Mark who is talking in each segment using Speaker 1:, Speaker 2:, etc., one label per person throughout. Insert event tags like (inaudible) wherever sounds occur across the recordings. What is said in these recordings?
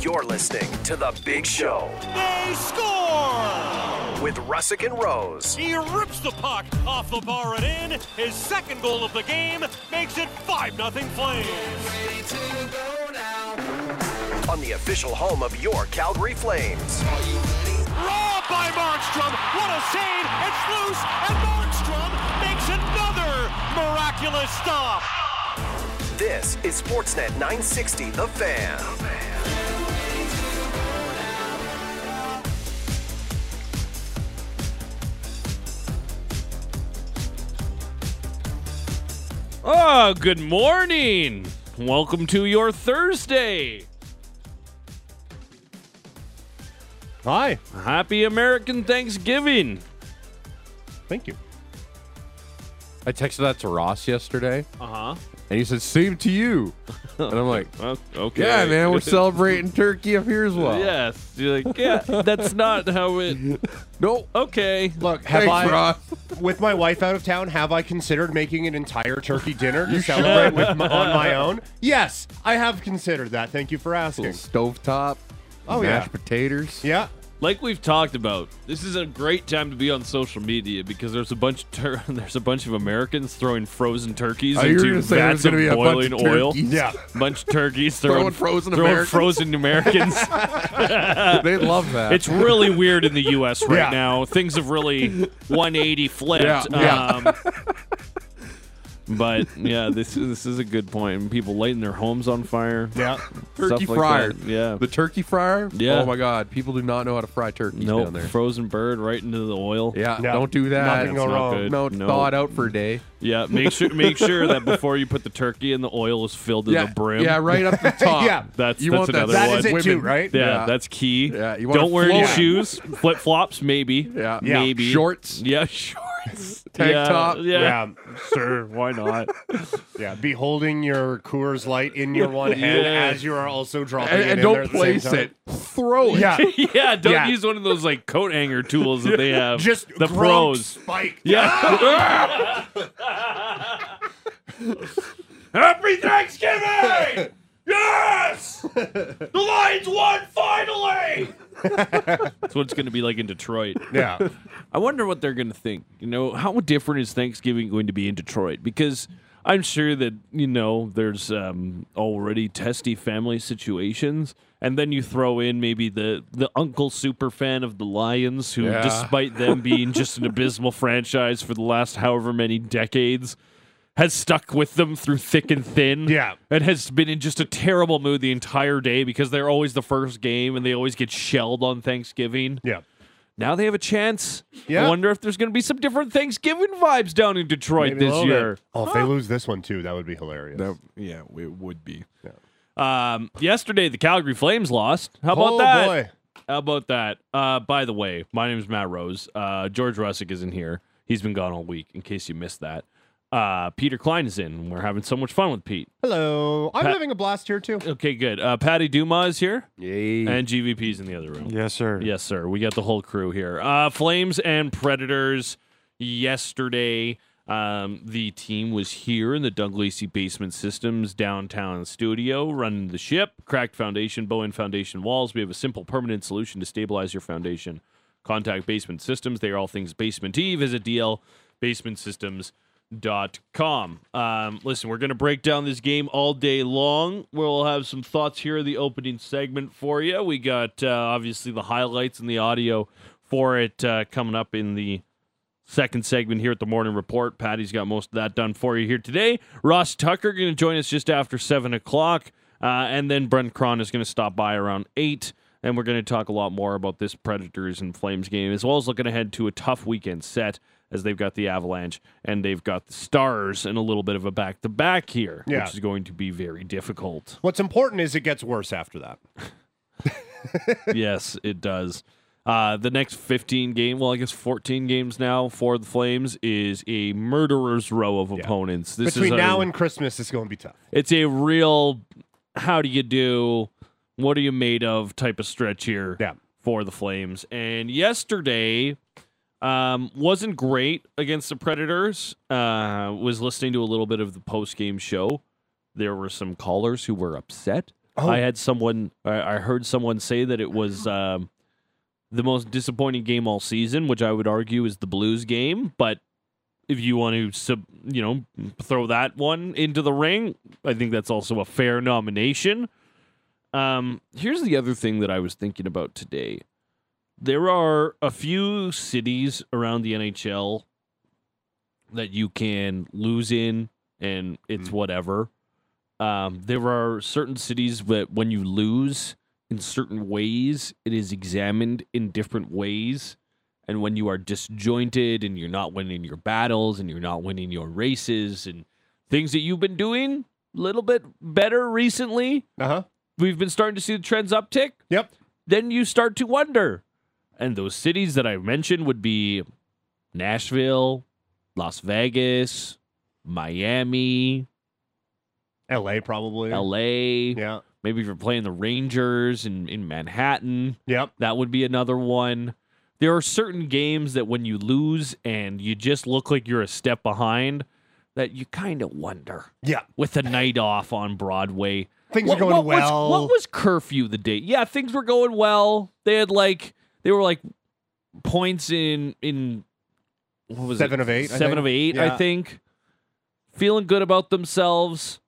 Speaker 1: You're listening to The Big Show
Speaker 2: They score!
Speaker 1: with Russick and Rose.
Speaker 2: He rips the puck off the bar and in. His second goal of the game makes it 5 0 Flames.
Speaker 1: on the official home of your Calgary Flames.
Speaker 2: Robbed by Markstrom. What a save. It's loose. And Markstrom makes another miraculous stop.
Speaker 1: This is Sportsnet 960, The Fan.
Speaker 3: Oh, good morning. Welcome to your Thursday.
Speaker 4: Hi.
Speaker 3: Happy American Thanksgiving.
Speaker 4: Thank you. I texted that to Ross yesterday,
Speaker 3: Uh
Speaker 4: and he said, "Same to you." And I'm
Speaker 3: (laughs)
Speaker 4: like,
Speaker 3: huh. Okay.
Speaker 4: "Yeah, man,
Speaker 3: (laughs)
Speaker 4: we're celebrating turkey up here as well."
Speaker 3: Yes. You're like, yeah, that's not how
Speaker 4: (laughs)
Speaker 3: it.
Speaker 4: No.
Speaker 3: Okay.
Speaker 5: Look, have
Speaker 4: Thanks,
Speaker 5: I, (laughs)
Speaker 4: Ross.
Speaker 5: with my wife out of town, have I considered making an entire turkey dinner to celebrate with my, on my own? Yes, I have considered that. Thank you for asking.
Speaker 4: Little stovetop.
Speaker 5: Oh, yeah.
Speaker 4: mashed potatoes.
Speaker 5: Yeah,
Speaker 3: Like we've talked about, this is a great time to be on social media because there's a bunch of tur- (laughs) there's a bunch of Americans throwing frozen turkeys
Speaker 4: Oh, you were
Speaker 3: into
Speaker 4: gonna say there's
Speaker 3: vats of
Speaker 4: gonna be a bunch
Speaker 3: boiling
Speaker 4: of
Speaker 3: oil.
Speaker 4: turkeys.
Speaker 5: yeah.
Speaker 3: (laughs) Bunch of turkeys throwing,
Speaker 4: Throwing frozen
Speaker 3: throwing
Speaker 4: Americans. (laughs)
Speaker 3: frozen Americans.
Speaker 4: they love that.
Speaker 3: It's really weird in the U.S. right
Speaker 5: Yeah.
Speaker 3: now. Things have really 180 flipped.
Speaker 4: Yeah, yeah.
Speaker 3: Um, but yeah, this is, this is a good point. And People lighting their homes on fire.
Speaker 5: yeah.
Speaker 4: turkey
Speaker 3: stuff like
Speaker 4: fryer.
Speaker 3: that, yeah.
Speaker 4: The turkey fryer.
Speaker 3: Yeah.
Speaker 4: Oh my God, people do not know how to fry turkeys
Speaker 3: No
Speaker 4: down there.
Speaker 3: frozen bird right into the oil.
Speaker 4: yeah.
Speaker 5: No,
Speaker 4: Don't do that.
Speaker 5: nothing go
Speaker 4: It's not
Speaker 5: wrong.
Speaker 4: good. No, it's
Speaker 3: No.
Speaker 4: thaw it out for a day.
Speaker 3: yeah. Make sure make sure that before you put the turkey in, the oil is filled to
Speaker 4: yeah.
Speaker 3: the brim.
Speaker 4: Yeah, right up (laughs) the top.
Speaker 5: Yeah.
Speaker 3: That's-
Speaker 4: you
Speaker 3: that's
Speaker 4: want that
Speaker 3: another
Speaker 5: That
Speaker 3: one.
Speaker 5: is it
Speaker 4: women.
Speaker 5: too, right?
Speaker 3: Yeah,
Speaker 4: Yeah.
Speaker 3: that's key.
Speaker 4: Yeah, you wanna
Speaker 3: Don't wear any
Speaker 4: float.
Speaker 3: shoes, flip flops, maybe.
Speaker 4: Yeah.
Speaker 5: Yeah.
Speaker 3: maybe
Speaker 4: Shorts.
Speaker 3: Yeah, shorts,
Speaker 4: Tank
Speaker 3: yeah,
Speaker 4: top.
Speaker 3: Yeah,
Speaker 5: Yeah,
Speaker 3: sure. Why not?
Speaker 5: yeah. Be holding your Coors Light in your one hand
Speaker 3: Yeah.
Speaker 5: as you are also dropping
Speaker 4: And,
Speaker 5: it
Speaker 4: and
Speaker 5: in there
Speaker 4: don't
Speaker 5: at the same
Speaker 4: place
Speaker 5: time.
Speaker 4: it. Throw it.
Speaker 5: (laughs)
Speaker 6: (laughs)
Speaker 3: (laughs)
Speaker 5: Yeah,
Speaker 3: yeah, don't
Speaker 5: Yeah.
Speaker 3: use one of those like coat hanger tools
Speaker 5: (laughs)
Speaker 3: that they have.
Speaker 5: just
Speaker 3: the
Speaker 5: Gronk
Speaker 3: pros.
Speaker 5: spike. (laughs)
Speaker 3: Yeah. Happy (laughs) Thanksgiving! (laughs) Yes! The Lions won finally! That's what it's going to be like in Detroit.
Speaker 5: yeah.
Speaker 3: I wonder what they're going to think. You know, how different is Thanksgiving going to be in Detroit? Because I'm sure that, you know, there's um, already testy family situations. And then you throw in maybe the, the uncle super fan of the Lions, who,
Speaker 4: Yeah.
Speaker 3: despite them being just an abysmal franchise for the last however many decades, has stuck with them through thick and thin.
Speaker 5: Yeah.
Speaker 3: And has been in just a terrible mood the entire day because they're always the first game and they always get shelled on Thanksgiving.
Speaker 5: Yeah.
Speaker 3: Now they have a chance. I
Speaker 5: Yeah.
Speaker 3: wonder if there's going to be some different Thanksgiving vibes down in Detroit
Speaker 5: Maybe a
Speaker 3: this
Speaker 5: little bit.
Speaker 3: year.
Speaker 5: Oh, if they lose this one too, that would be hilarious.
Speaker 4: That- yeah, it would be.
Speaker 3: Um, yesterday, the Calgary Flames lost. How about
Speaker 5: oh
Speaker 3: that?
Speaker 5: boy.
Speaker 3: How about that? Uh, by the way, my name is Matt Rose. Uh, George Russick isn't here. He's been gone all week, in case you missed that. Uh, Peter Klein is in. We're having so much fun with Pete.
Speaker 5: Hello. I'm
Speaker 3: Pat-
Speaker 5: having a blast here too.
Speaker 3: Okay, good. Uh, Patty Dumas is here,
Speaker 4: Yay.
Speaker 3: and GVP's in the other room.
Speaker 7: Yes, sir.
Speaker 3: Yes, sir. We got the whole crew here. Uh, Flames and Predators yesterday. Um, the team was here in the Doug Lacey Basement Systems downtown studio, running the ship, cracked foundation, Bowen foundation walls. We have a simple permanent solution to stabilize your foundation. Contact Basement Systems. They are all things basement y. Visit dlbasementsystems.com. Um, listen, we're going to break down this game all day long. We'll have some thoughts here in the opening segment for you. We got uh, obviously the highlights and the audio for it uh, coming up in the second segment here at the morning report. Patty's got most of that done for you here today. Ross Tucker going to join us just after seven o'clock, uh, and then Brent Cron is going to stop by around eight, and we're going to talk a lot more about this Predators and Flames game, as well as looking ahead to a tough weekend set as they've got the Avalanche and they've got the Stars and a little bit of a back to back here,
Speaker 5: Yeah.
Speaker 3: which is going to be very difficult.
Speaker 5: What's important is it gets worse after that.
Speaker 3: yes, it does. Uh, the next 15 game, well, I guess 14 games now for the Flames is a murderer's row of opponents. This
Speaker 5: Between
Speaker 3: is a,
Speaker 5: now and Christmas, it's going to be tough.
Speaker 3: it's a real how do you do, what are you made of type of stretch here
Speaker 5: Yeah.
Speaker 3: for the Flames. And yesterday um, wasn't great against the Predators. Uh, was listening to a little bit of the post game show. There were some callers who were upset I had someone, I I heard someone say that it was um, the most disappointing game all season, which I would argue is the Blues game. But if you want to, sub, you know, throw that one into the ring, I think that's also a fair nomination. Um, here's the other thing that I was thinking about today. There are a few cities around the NHL that you can lose in, and it's whatever. Um, there are certain cities that when you lose in certain ways, it is examined in different ways. And when you are disjointed and you're not winning your battles and you're not winning your races and things that you've been doing a little bit better recently,
Speaker 5: Uh huh.
Speaker 3: we've been starting to see the trends uptick
Speaker 5: Yep.
Speaker 3: then you start to wonder. And those cities that I mentioned would be Nashville, Las Vegas, Miami,
Speaker 5: L.A. probably.
Speaker 3: LA.
Speaker 5: Yeah.
Speaker 3: Maybe if you're playing the Rangers in, in Manhattan,
Speaker 5: Yep.
Speaker 3: that would be another one. There are certain games that when you lose and you just look like you're a step behind, that you kind of wonder
Speaker 5: Yeah.
Speaker 3: with a night off on Broadway.
Speaker 5: Things are going
Speaker 3: was-
Speaker 5: well.
Speaker 3: what was curfew the date? Yeah, things were going well. They had like they were like points in in what was
Speaker 5: Seven
Speaker 3: it?
Speaker 5: of eight, I
Speaker 3: Seven
Speaker 5: think.
Speaker 3: of eight,
Speaker 5: Yeah.
Speaker 3: I think. Feeling good about themselves,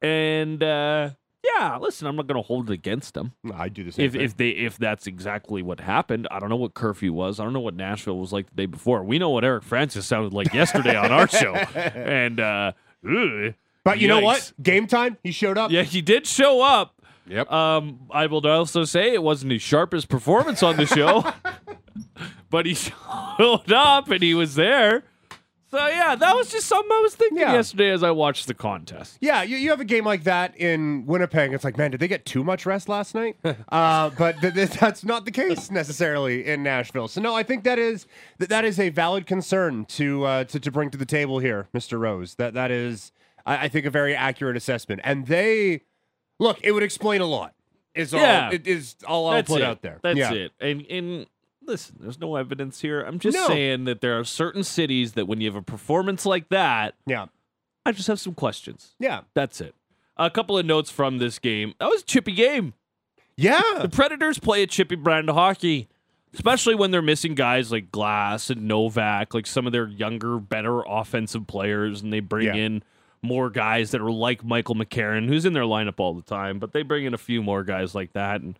Speaker 3: and uh yeah, listen, I'm not going to hold it against them
Speaker 5: I do the same
Speaker 3: if
Speaker 5: thing.
Speaker 3: if they if that's exactly what happened. I don't know what curfew was. I don't know what Nashville was like the day before. We know what Eric Francis sounded like yesterday on our show, and uh ugh.
Speaker 5: but you know what?
Speaker 3: Yikes.
Speaker 5: Game time. He showed up.
Speaker 3: yeah, he did show up.
Speaker 4: Yep.
Speaker 3: Um, I will also say it wasn't his sharpest performance on the show, (laughs) but he showed up and he was there. So yeah, that was just something I was thinking
Speaker 5: Yeah.
Speaker 3: yesterday as I watched the contest.
Speaker 5: Yeah, you, you have a game like that in Winnipeg. It's like, man, did they get too much rest last night?
Speaker 3: (laughs)
Speaker 5: uh, but th- th- that's not the case necessarily in Nashville. So no, I think that is that, that is a valid concern to, uh, to to bring to the table here, Mr. Rose. That that is, I, I think, a very accurate assessment. And they look, it would explain a lot. Is all
Speaker 3: Yeah.
Speaker 5: it is all I'll
Speaker 3: That's
Speaker 5: put
Speaker 3: it.
Speaker 5: out there.
Speaker 3: That's
Speaker 5: Yeah.
Speaker 3: it. And and listen, there's no evidence here. I'm just
Speaker 5: No.
Speaker 3: saying that there are certain cities that when you have a performance like that,
Speaker 5: Yeah,
Speaker 3: I just have some questions.
Speaker 5: yeah,
Speaker 3: That's it. A couple of notes from this game. That was a chippy game.
Speaker 5: yeah.
Speaker 3: The Predators play a chippy brand of hockey, especially when they're missing guys like Glass and Novak, like some of their younger, better offensive players, and they bring
Speaker 5: Yeah.
Speaker 3: in more guys that are like Michael McCarron, who's in their lineup all the time, but they bring in a few more guys like that. And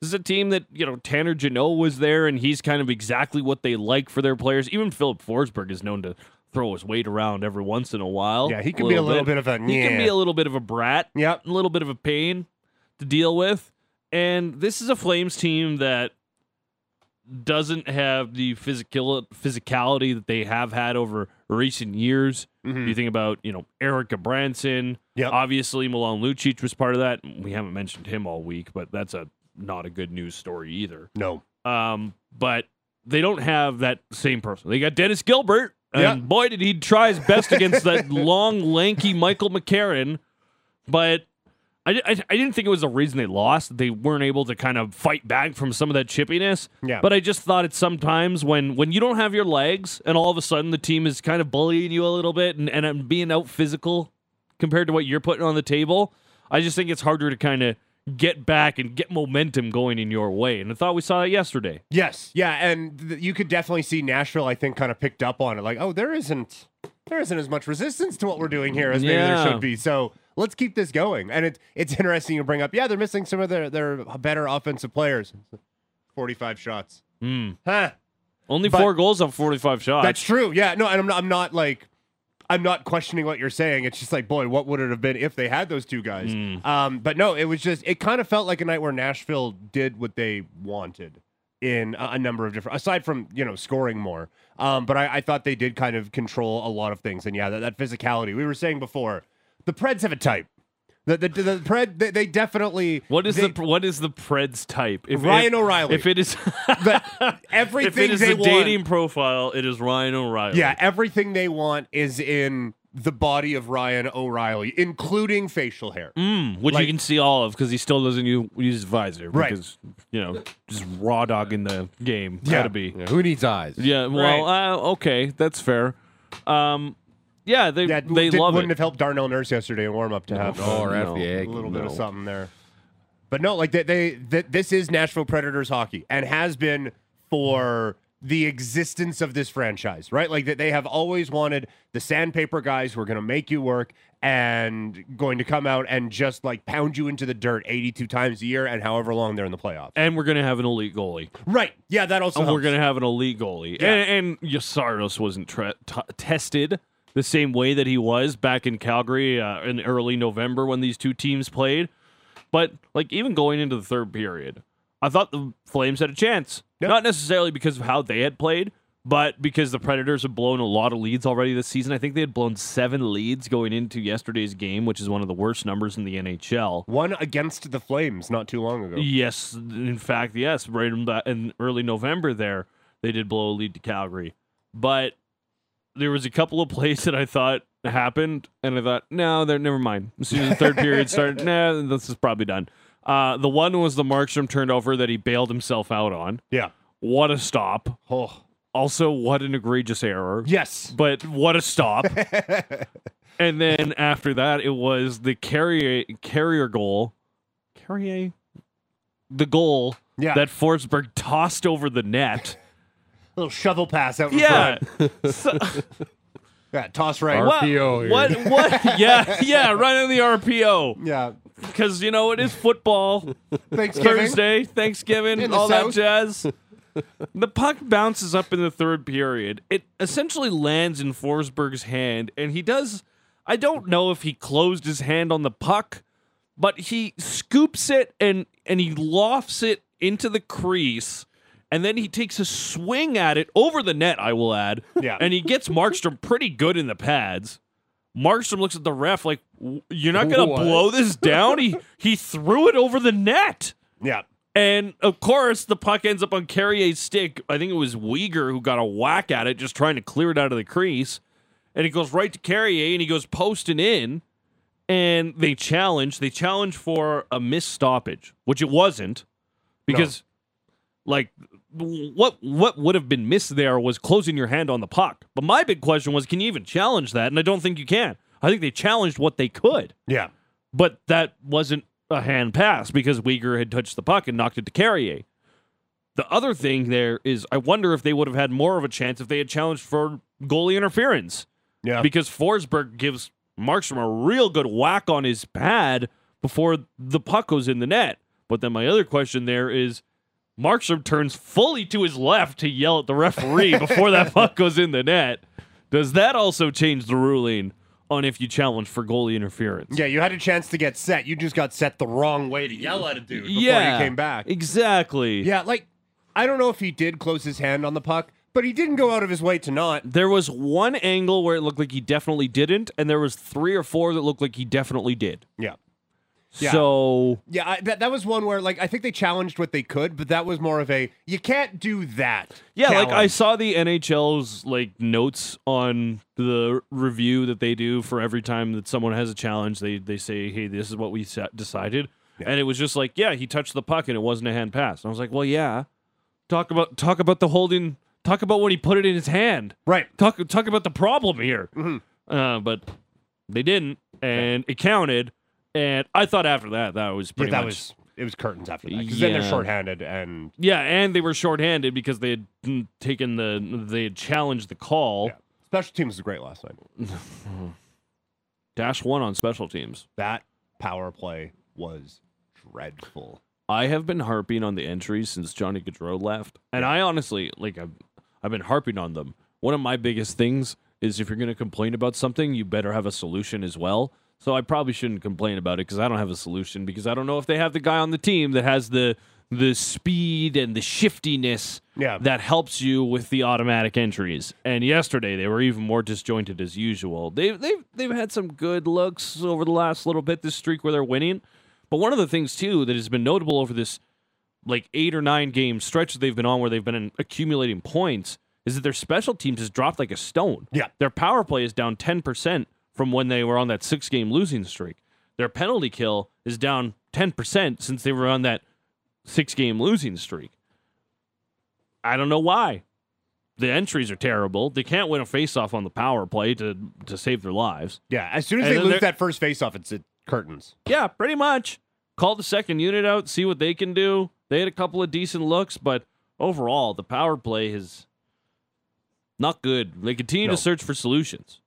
Speaker 3: this is a team that, you know, Tanner Janot was there, and he's kind of exactly what they like for their players. Even Philip Forsberg is known to throw his weight around every once in a while.
Speaker 5: Yeah, he can be a little bit of a
Speaker 3: He can
Speaker 5: yeah.
Speaker 3: be a little bit of a brat
Speaker 5: Yep.
Speaker 3: a little bit of a pain to deal with. And this is a Flames team that doesn't have the physical physicality that they have had over recent years.
Speaker 5: Mhm.
Speaker 3: You think about, you know, Erica Branson.
Speaker 5: Yep.
Speaker 3: Obviously, Milan Lucic was part of that. We haven't mentioned him all week, but that's a not a good news story either.
Speaker 5: No.
Speaker 3: Um, but they don't have that same person. They got Dennis Gilbert, and
Speaker 5: Yeah.
Speaker 3: boy, did he try his best
Speaker 5: (laughs)
Speaker 3: against that long, lanky Michael McCarron. But I, I, I didn't think it was the reason they lost. They weren't able to kind of fight back from some of that chippiness.
Speaker 5: Yeah.
Speaker 3: But I just thought it's sometimes when when you don't have your legs, and all of a sudden the team is kind of bullying you a little bit, and and I'm being out physical compared to what you're putting on the table. I just think it's harder to kind of get back and get momentum going in your way. And I thought we saw that yesterday.
Speaker 5: Yes, yeah, and th- you could definitely see Nashville. I think kind of picked up on it, like, oh, there isn't there isn't as much resistance to what we're doing here as maybe
Speaker 3: Yeah.
Speaker 5: there should be. So let's keep this going. And it, it's interesting you bring up, yeah, they're missing some of their their better offensive players. Forty five shots,
Speaker 3: Hmm.
Speaker 5: huh?
Speaker 3: Only
Speaker 5: But-
Speaker 3: four goals on 45 shots.
Speaker 5: That's true. Yeah, no, and I'm not, I'm not like I'm not questioning what you're saying. It's just like, boy, what would it have been if they had those two guys?
Speaker 3: Hmm.
Speaker 5: Um, but no, it was just it kind of felt like a night where Nashville did what they wanted in a, a number of different aside from you know scoring more. Um, but I, I thought they did kind of control a lot of things, and yeah, that, that physicality we were saying before, the Preds have a type. The the, the, the Pred they, they definitely
Speaker 3: What is
Speaker 5: they,
Speaker 3: the what is the Preds type? If,
Speaker 5: Ryan
Speaker 3: if-
Speaker 5: O'Reilly.
Speaker 3: If it is (laughs)
Speaker 5: the,
Speaker 3: if
Speaker 5: everything
Speaker 3: it is
Speaker 5: they
Speaker 3: the
Speaker 5: want.
Speaker 3: dating profile, it is Ryan O'Reilly.
Speaker 5: Yeah, everything they want is in the body of Ryan O'Reilly, including facial hair.
Speaker 3: Mm, which
Speaker 5: Like-
Speaker 3: you can see all of because he still doesn't u- use his visor.
Speaker 5: Right.
Speaker 3: Because, you know, just raw dog in the game.
Speaker 5: Yeah.
Speaker 3: Gotta be.
Speaker 4: Yeah, who needs eyes?
Speaker 3: Yeah, well, uh, okay, that's fair. Um, yeah, they
Speaker 5: That
Speaker 3: they
Speaker 5: did-
Speaker 3: love
Speaker 5: wouldn't
Speaker 3: it. Oh,
Speaker 5: have helped Darnell Nurse yesterday in warm up to have
Speaker 4: Or
Speaker 3: No.
Speaker 4: FDA.
Speaker 5: a little bit of something there. But no, like they, they th- this is Nashville Predators hockey and has been for the existence of this franchise, right? Like that they have always wanted the sandpaper guys who are going to make you work and going to come out and just like pound you into the dirt 82 times a year and however long they're in the playoffs.
Speaker 3: And we're gonna have an elite goalie.
Speaker 5: Right. Yeah, that also
Speaker 3: and we're
Speaker 5: helps.
Speaker 3: gonna have an elite goalie.
Speaker 5: Yeah.
Speaker 3: And, and Yassardos wasn't tre- t- tested the same way that he was back in Calgary uh, in early November when these two teams played. But like even going into the third period, I thought the Flames had a chance.
Speaker 5: Yeah.
Speaker 3: Not necessarily because of how they had played, but because the Predators have blown a lot of leads already this season. I think they had blown seven leads going into yesterday's game, which is one of the worst numbers in the NHL.
Speaker 5: one against the Flames not too long ago.
Speaker 3: Yes, in fact, yes. Right in, ba- in early November, there they did blow a lead to Calgary, but there was a couple of (laughs) plays that I thought happened, and I thought, no, they're never mind. As soon as the third period started, nah, this is probably done. Uh, the one was the Markstrom turnover that he bailed himself out on.
Speaker 5: Yeah.
Speaker 3: What a stop!
Speaker 5: Oh.
Speaker 3: Also, what an egregious error.
Speaker 5: Yes.
Speaker 3: But what a stop. and then after that, it was the carrier carrier goal. Carrier? The goal
Speaker 5: Yeah.
Speaker 3: that Forsberg tossed over the net.
Speaker 5: Little shovel pass out in
Speaker 3: yeah.
Speaker 5: front.
Speaker 3: So-
Speaker 5: Yeah, toss right.
Speaker 4: What? RPO here.
Speaker 3: what, what? What? Yeah. Yeah. Right on the
Speaker 5: (laughs)
Speaker 3: RPO.
Speaker 5: Yeah.
Speaker 3: Because, you know, it is football.
Speaker 5: Thanksgiving.
Speaker 3: Thursday, Thanksgiving,
Speaker 5: In the
Speaker 3: all
Speaker 5: South.
Speaker 3: that
Speaker 5: (laughs)
Speaker 3: jazz. the puck bounces up in the third period. It essentially lands in Forsberg's hand, and he does. I don't know if he closed his hand on the puck, but he scoops it and and he lofts it into the crease. And then he takes a swing at it over the net, I will add.
Speaker 5: Yeah.
Speaker 3: And he gets Markstrom pretty good in the pads. Markstrom looks at the ref like, "W- "You're not gonna
Speaker 4: What?"
Speaker 3: blow this down." he he threw it over the net.
Speaker 5: Yeah.
Speaker 3: And of course, the puck ends up on Carrier's stick. I think it was Uyghur who got a whack at it, just trying to clear it out of the crease. And it goes right to Carrier, and he goes posting in. And they challenge. They challenge for a missed stoppage, which it wasn't, because, like, what what would have been missed there was closing your hand on the puck. But my big question was, can you even challenge that? And I don't think you can. I think they challenged what they could
Speaker 5: Yeah.
Speaker 3: but that wasn't a hand pass because Uyghur had touched the puck and knocked it to Carrier. The other thing there is, I wonder if they would have had more of a chance if they had challenged for goalie interference
Speaker 5: Yeah.
Speaker 3: because Forsberg gives Markstrom a real good whack on his pad before the puck goes in the net. But then my other question there is Markstrom turns fully to his left to yell at the referee before that puck goes in the net. Does that also change the ruling on if you challenge for goalie interference?
Speaker 5: Yeah, you had a chance to get set. You just got set the wrong way to yell at a dude before
Speaker 3: yeah,
Speaker 5: you came back.
Speaker 3: Exactly.
Speaker 5: Yeah, like I don't know if he did close his hand on the puck, but he didn't go out of his way to not.
Speaker 3: There was one angle where it looked like he definitely didn't, and there was three or four that looked like he definitely did.
Speaker 5: Yeah. Yeah.
Speaker 3: So
Speaker 5: Yeah, I, that that was one where like I think they challenged what they could, but that was more of a you can't do that.
Speaker 3: yeah, like I
Speaker 5: challenge.
Speaker 3: saw the NHL's like notes on the review that they do for every time that someone has a challenge. They they say, "Hey, this is what we sa- decided," and it was just like, "Yeah, he touched the puck and it wasn't a hand pass." And I was like, "Well, yeah." Talk about talk about the holding. Talk about when he put it in his hand.
Speaker 5: right.
Speaker 3: talk talk about the problem here.
Speaker 5: Mm-hmm.
Speaker 3: Uh, but they didn't, and it counted. And I thought after that, that was
Speaker 5: Yeah,
Speaker 3: pretty
Speaker 5: that
Speaker 3: much
Speaker 5: was it was curtains after that because then they're
Speaker 3: Yeah.
Speaker 5: shorthanded and
Speaker 3: yeah. And they were shorthanded because they had mm, taken the they had challenged the call.
Speaker 5: yeah. special teams was great last night.
Speaker 3: Dash one on special teams.
Speaker 5: That power play was dreadful.
Speaker 3: I have been harping on the entries since Johnny Gaudreau left, and I honestly like I've, I've been harping on them. One of my biggest things is if you're going to complain about something, you better have a solution as well. So I probably shouldn't complain about it because I don't have a solution because I don't know if they have the guy on the team that has the the speed and the shiftiness
Speaker 5: Yeah.
Speaker 3: that helps you with the automatic entries. And yesterday they were even more disjointed as usual. They've they've they've had some good looks over the last little bit this streak where they're winning. But one of the things too that has been notable over this like eight or nine game stretch that they've been on where they've been in- accumulating points is that their special teams has dropped like a stone.
Speaker 5: Yeah.
Speaker 3: Their power play is down 10% from when they were on that six game losing streak. Their penalty kill is down 10% since they were on that six game losing streak. I don't know why. The entries are terrible. They can't win a faceoff on the power play to, to save their lives.
Speaker 5: Yeah, as soon as
Speaker 3: And
Speaker 5: they
Speaker 3: then
Speaker 5: lose
Speaker 3: they're-
Speaker 5: that first faceoff, it's it, curtains.
Speaker 3: Yeah, pretty much. Call the second unit out, see what they can do. They had a couple of decent looks, but overall, the power play is not good. They continue
Speaker 5: No.
Speaker 3: to search for solutions.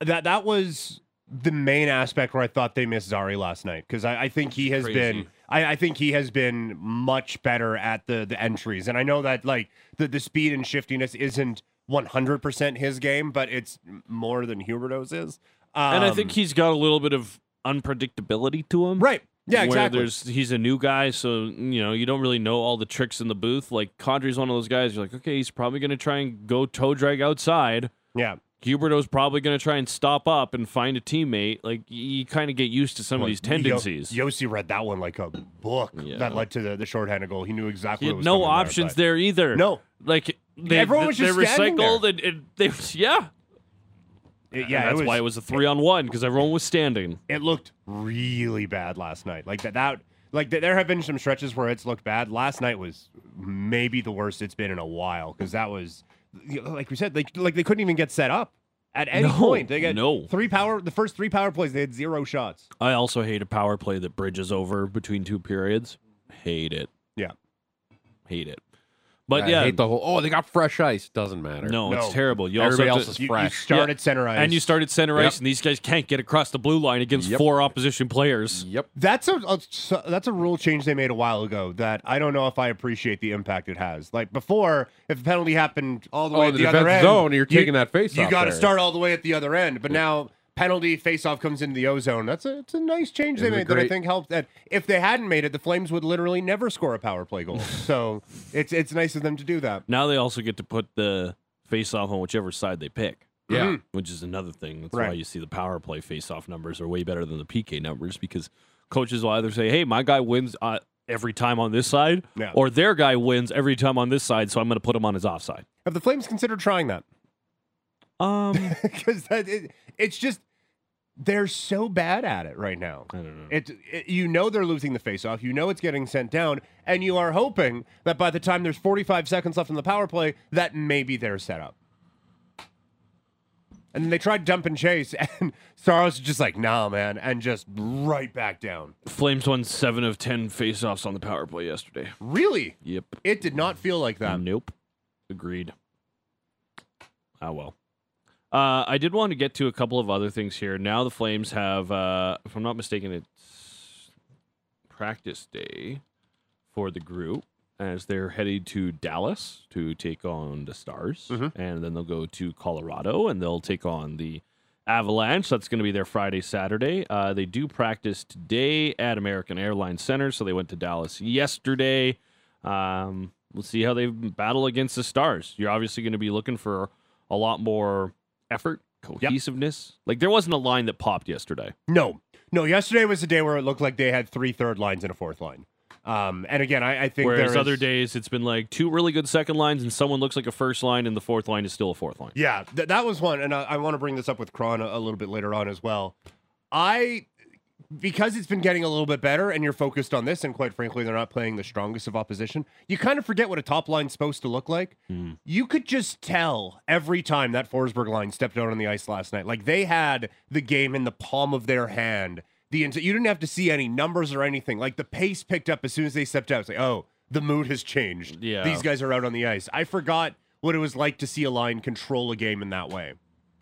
Speaker 5: that that was the main aspect where I thought they missed Zari last night because I, I think he has
Speaker 3: Crazy.
Speaker 5: been I, I think he has been much better at the the entries and I know that like the the speed and shiftiness isn't 100 percent his game but it's more than Huberto's is um,
Speaker 3: and I think he's got a little bit of unpredictability to him.
Speaker 5: right yeah
Speaker 3: where
Speaker 5: exactly
Speaker 3: There's he's a new guy, so you know you don't really know all the tricks in the booth. Like Condry's one of those guys. You're like, okay, he's probably going to try and go toe drag outside.
Speaker 5: yeah
Speaker 3: Huberto's probably going to try and stop up and find a teammate. Like y- you kind of get used to some of these tendencies.
Speaker 5: Yo- Yossi read that one like a book
Speaker 3: Yeah.
Speaker 5: that led to the the shorthanded goal he knew exactly
Speaker 3: he
Speaker 5: what
Speaker 3: had
Speaker 5: was
Speaker 3: no
Speaker 5: coming
Speaker 3: options
Speaker 5: there,
Speaker 3: there, either.
Speaker 5: but- no
Speaker 3: like they,
Speaker 5: Everyone was
Speaker 3: they
Speaker 5: just standing there.
Speaker 3: recycled and, and they yeah
Speaker 5: It-
Speaker 3: And
Speaker 5: yeah
Speaker 3: that's why it was a three on one because everyone was standing.
Speaker 5: it looked really bad last night. Like that, that like th- there have been some stretches where it's looked bad. Last night was maybe the worst it's been in a while because that was, you know, like we said, like like they couldn't even get set up at any
Speaker 3: No,
Speaker 5: point. They got
Speaker 3: no.
Speaker 5: three power. The first three power plays, they had zero shots.
Speaker 3: I also hate a power play that bridges over between two periods. Hate it.
Speaker 5: Yeah.
Speaker 3: Hate it. But
Speaker 4: I
Speaker 3: yeah,
Speaker 4: hate the whole. Oh, they got fresh ice. Doesn't matter.
Speaker 3: no,
Speaker 5: No.
Speaker 3: it's terrible. You also
Speaker 4: everybody
Speaker 3: have
Speaker 4: else
Speaker 3: to-
Speaker 4: is
Speaker 5: You, you
Speaker 4: fresh.
Speaker 5: start
Speaker 3: Yeah.
Speaker 5: at center ice,
Speaker 3: and you start at center
Speaker 4: Yep.
Speaker 3: ice, and these guys can't get across the blue line against
Speaker 4: Yep.
Speaker 3: four opposition players.
Speaker 4: Yep.
Speaker 5: That's a, a so- that's a rule change they made a while ago that I don't know if I appreciate the impact it has. Like before, if a penalty happened all the
Speaker 4: Oh,
Speaker 5: way
Speaker 4: in
Speaker 5: at
Speaker 4: the
Speaker 5: the, other
Speaker 4: defense
Speaker 5: end,
Speaker 4: zone, you're taking that face
Speaker 5: You
Speaker 4: off
Speaker 5: got to
Speaker 4: there.
Speaker 5: start all the way at the other end. But now penalty face off comes into the O zone. That's a it's a nice change they
Speaker 4: It was a
Speaker 5: made that I
Speaker 4: great-
Speaker 5: think helped. That if they hadn't made it, the Flames would literally never score a power play
Speaker 4: (laughs)
Speaker 5: goal. so it's it's nice of them to do that.
Speaker 3: Now they also get to put the face off on whichever side they pick,
Speaker 6: Mm-hmm.
Speaker 4: Yeah.
Speaker 5: Mhm.
Speaker 3: which is another thing. That's why
Speaker 5: Right.
Speaker 3: you see the power play face off numbers are way better than the PK numbers because coaches will either say, "Hey, my guy wins uh, every time on this side,"
Speaker 5: Yeah.
Speaker 3: or their guy wins every time on this side, so I'm going to put him on his offside.
Speaker 5: Have the Flames considered trying that?
Speaker 3: Um,
Speaker 5: (laughs) Because it, it's just they're so bad at it right now.
Speaker 3: I don't know.
Speaker 5: It, it you know they're losing the faceoff. You know it's getting sent down, and you are hoping that by the time there's 45 seconds left in the power play, that maybe they're set up. And then they tried dump and chase, (laughs) and Saros is just like, "Nah, man," and just right back down.
Speaker 3: (laughs) Flames won seven of ten faceoffs on the power play yesterday.
Speaker 5: Really,
Speaker 3: Yep.
Speaker 5: it did not feel like that.
Speaker 3: nope. Agreed. Ah, well. Uh, I did want to get to a couple of other things here. Now the Flames have, uh, if I'm not mistaken, it's practice day for the group as they're headed to Dallas to take on the Stars, and then they'll go to Colorado and they'll take on the Avalanche. That's going to be their Friday, Saturday. Uh, they do practice today at American Airlines Center, so they went to Dallas yesterday. Um, we'll see how they battle against the Stars. You're obviously going to be looking for a lot more effort, cohesiveness. Like there wasn't a line that popped yesterday.
Speaker 5: No, no. Yesterday was a day where it looked like they had three third lines and a fourth line. Um, and again, I, I think
Speaker 3: Whereas
Speaker 5: there
Speaker 3: other
Speaker 5: is-
Speaker 3: days, it's been like two really good second lines, and someone looks like a first line, and the fourth line is still a fourth line.
Speaker 5: Yeah, th- that was one, and I, I want to bring this up with Kron a, a little bit later on as well. I because it's been getting a little bit better, and you're focused on this, and quite frankly, they're not playing the strongest of opposition. You kind of forget what a top line's supposed to look like. You could just tell every time that Forsberg line stepped out on the ice last night, like they had the game in the palm of their hand. The ins- you didn't have to see any numbers or anything. Like the pace picked up as soon as they stepped out. It's like, oh, the mood has changed.
Speaker 3: Yeah.
Speaker 5: these guys are out on the ice. I forgot what it was like to see a line control a game in that way.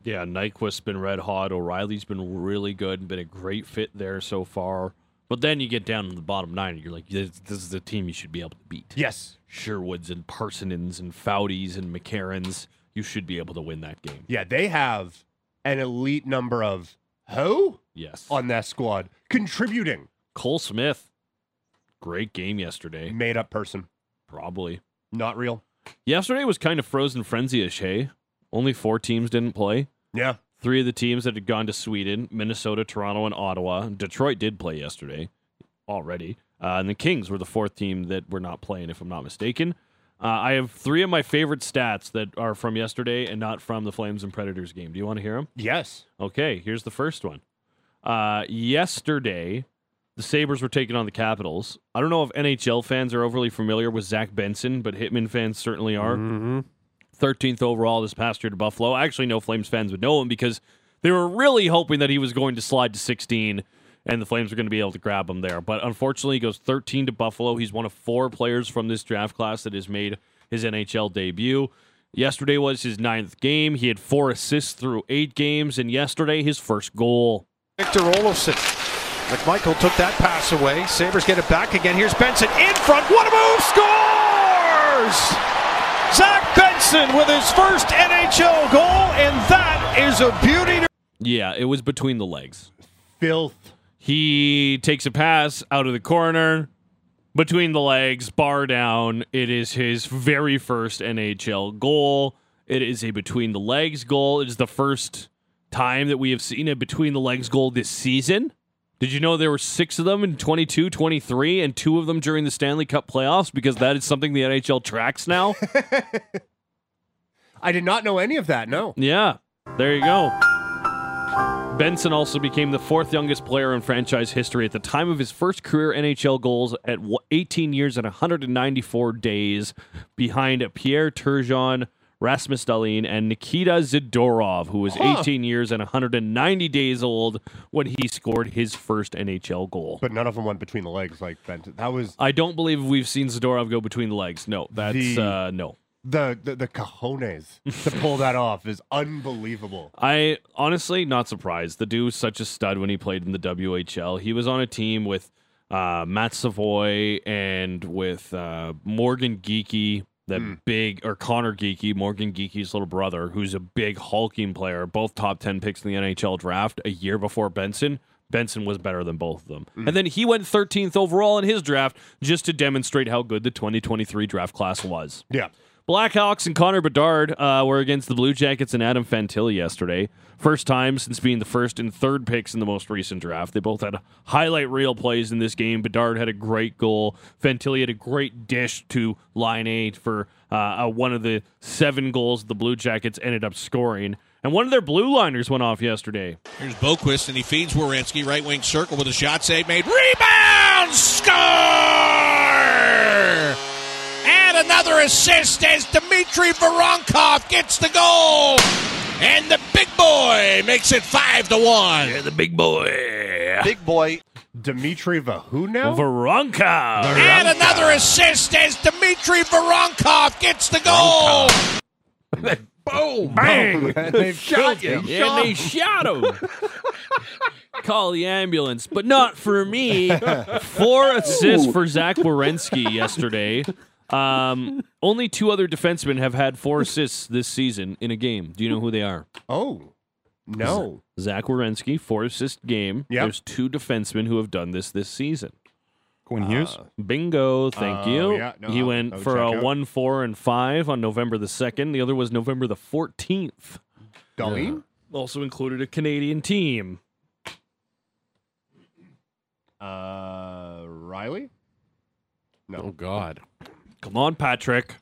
Speaker 3: Yeah, Nyquist's been red hot. O'Reilly's been really good and been a great fit there so far. But then you get down to the bottom nine, and you're like, this, this is the team you should be able to beat.
Speaker 5: Yes,
Speaker 3: Sherwoods and Parsonins and Foudies and McCarrans. You should be able to win that game.
Speaker 5: yeah, they have an elite number of who
Speaker 3: Yes.
Speaker 5: on that squad contributing.
Speaker 3: Cole Smith, great game yesterday.
Speaker 5: Made up person,
Speaker 3: Probably.
Speaker 5: not real.
Speaker 3: Yesterday was kind of frozen frenzy-ish, hey? Only four teams didn't play.
Speaker 5: Yeah,
Speaker 3: Three of the teams that had gone to Sweden, Minnesota, Toronto, and Ottawa. Detroit did play yesterday already. Uh, and the Kings were the fourth team that were not playing, if I'm not mistaken. Uh, I have three of my favorite stats that are from yesterday and not from the Flames and Predators game. Do you want to hear them?
Speaker 5: yes,
Speaker 3: Okay, here's the first one. Uh, yesterday, the Sabres were taking on the Capitals. I don't know if NHL fans are overly familiar with Zach Benson, but Hitman fans certainly are. 13th overall this past year to Buffalo. I actually know Flames fans would know him because they were really hoping that he was going to slide to 16 and the Flames are going to be able to grab him there. But unfortunately, he goes 13 to Buffalo. He's one of four players from this draft class that has made his NHL debut. Yesterday was his ninth game. He had four assists through eight games, and yesterday his first goal.
Speaker 7: Victor Olofsson. McMichael took that pass away. Sabres get it back again. Here's Benson in front. What a move! Scores! Zach Benson with his first NHL goal, and that is a beauty. to-
Speaker 3: Yeah, it was between the legs.
Speaker 5: Filth.
Speaker 3: He takes a pass out of the corner, between the legs, bar down. It is his very first NHL goal. It is a between the legs goal. It is the first time that we have seen a between the legs goal this season. Did you know there were six of them in 22, 23, and two of them during the Stanley Cup playoffs? Because that is something the NHL tracks now.
Speaker 5: I did not know any of that. No.
Speaker 3: Yeah, there you go. Benson also became the fourth youngest player in franchise history at the time of his first career NHL goals at w- 18 years and 194 days, behind Pierre Turgeon, Rasmus Dahlin, and Nikita Zadorov, who was 18 years and 190 days old when he scored his first NHL goal.
Speaker 5: But none of them went between the legs like Benton. That was
Speaker 3: I don't believe we've seen Zadorov go between the legs. No, that's
Speaker 5: The-
Speaker 3: uh, no.
Speaker 5: the the, the cojones to pull (laughs) that off is unbelievable.
Speaker 3: I honestly not surprised. The dude was such a stud when he played in the WHL. He was on a team with uh, Matt Savoy and with uh, Morgan Geeky, that big or Connor Geeky, Morgan Geeky's little brother, who's a big hulking player. Both top ten picks in the NHL draft a year before Benson. Benson was better than both of them. And then he went 13th overall in his draft just to demonstrate how good the 2023 draft class was.
Speaker 5: Yeah.
Speaker 3: Blackhawks and Connor Bedard uh, were against the Blue Jackets and Adam Fantilli yesterday. First time since being the first and third picks in the most recent draft. They both had highlight reel plays in this game. Bedard had a great goal. Fantilli had a great dish to line eight for uh, uh, one of the seven goals the Blue Jackets ended up scoring. And one of their blue liners went off yesterday.
Speaker 8: Here's Boquist, and he feeds Wierenski, right wing circle with a shot save made. Rebound! Score! And another assist as Dmitry Voronkov gets the goal. And the big boy makes it 5 to 1. the big boy.
Speaker 7: Big boy
Speaker 5: Dimitri Vahu now?
Speaker 3: Veronka!
Speaker 8: And another assist as Dmitry Voronkov gets the goal.
Speaker 5: Bang!
Speaker 4: (laughs)
Speaker 5: They've shot (laughs) you.
Speaker 3: And they shot him. Call the ambulance, but not for me. Four assists for Zach Wierenski yesterday. Um, only two other defensemen have had four assists this season in a game. Do you know who they are?
Speaker 5: Oh. No.
Speaker 3: Zach Wierenski, four assist game.
Speaker 5: Yep.
Speaker 3: There's two defensemen who have done this this season.
Speaker 4: Quinn Hughes.
Speaker 5: Uh,
Speaker 3: Bingo, thank
Speaker 5: Oh,
Speaker 3: you.
Speaker 5: yeah, no,
Speaker 3: he
Speaker 5: I'll-
Speaker 3: went
Speaker 5: I'll
Speaker 3: for
Speaker 5: check
Speaker 3: a
Speaker 5: out.
Speaker 3: one, four, and five on November the second. The other was November the fourteenth.
Speaker 5: Darlene?
Speaker 3: Also included a Canadian team.
Speaker 5: Uh, Riley?
Speaker 4: oh God.
Speaker 3: Come on, Patrick.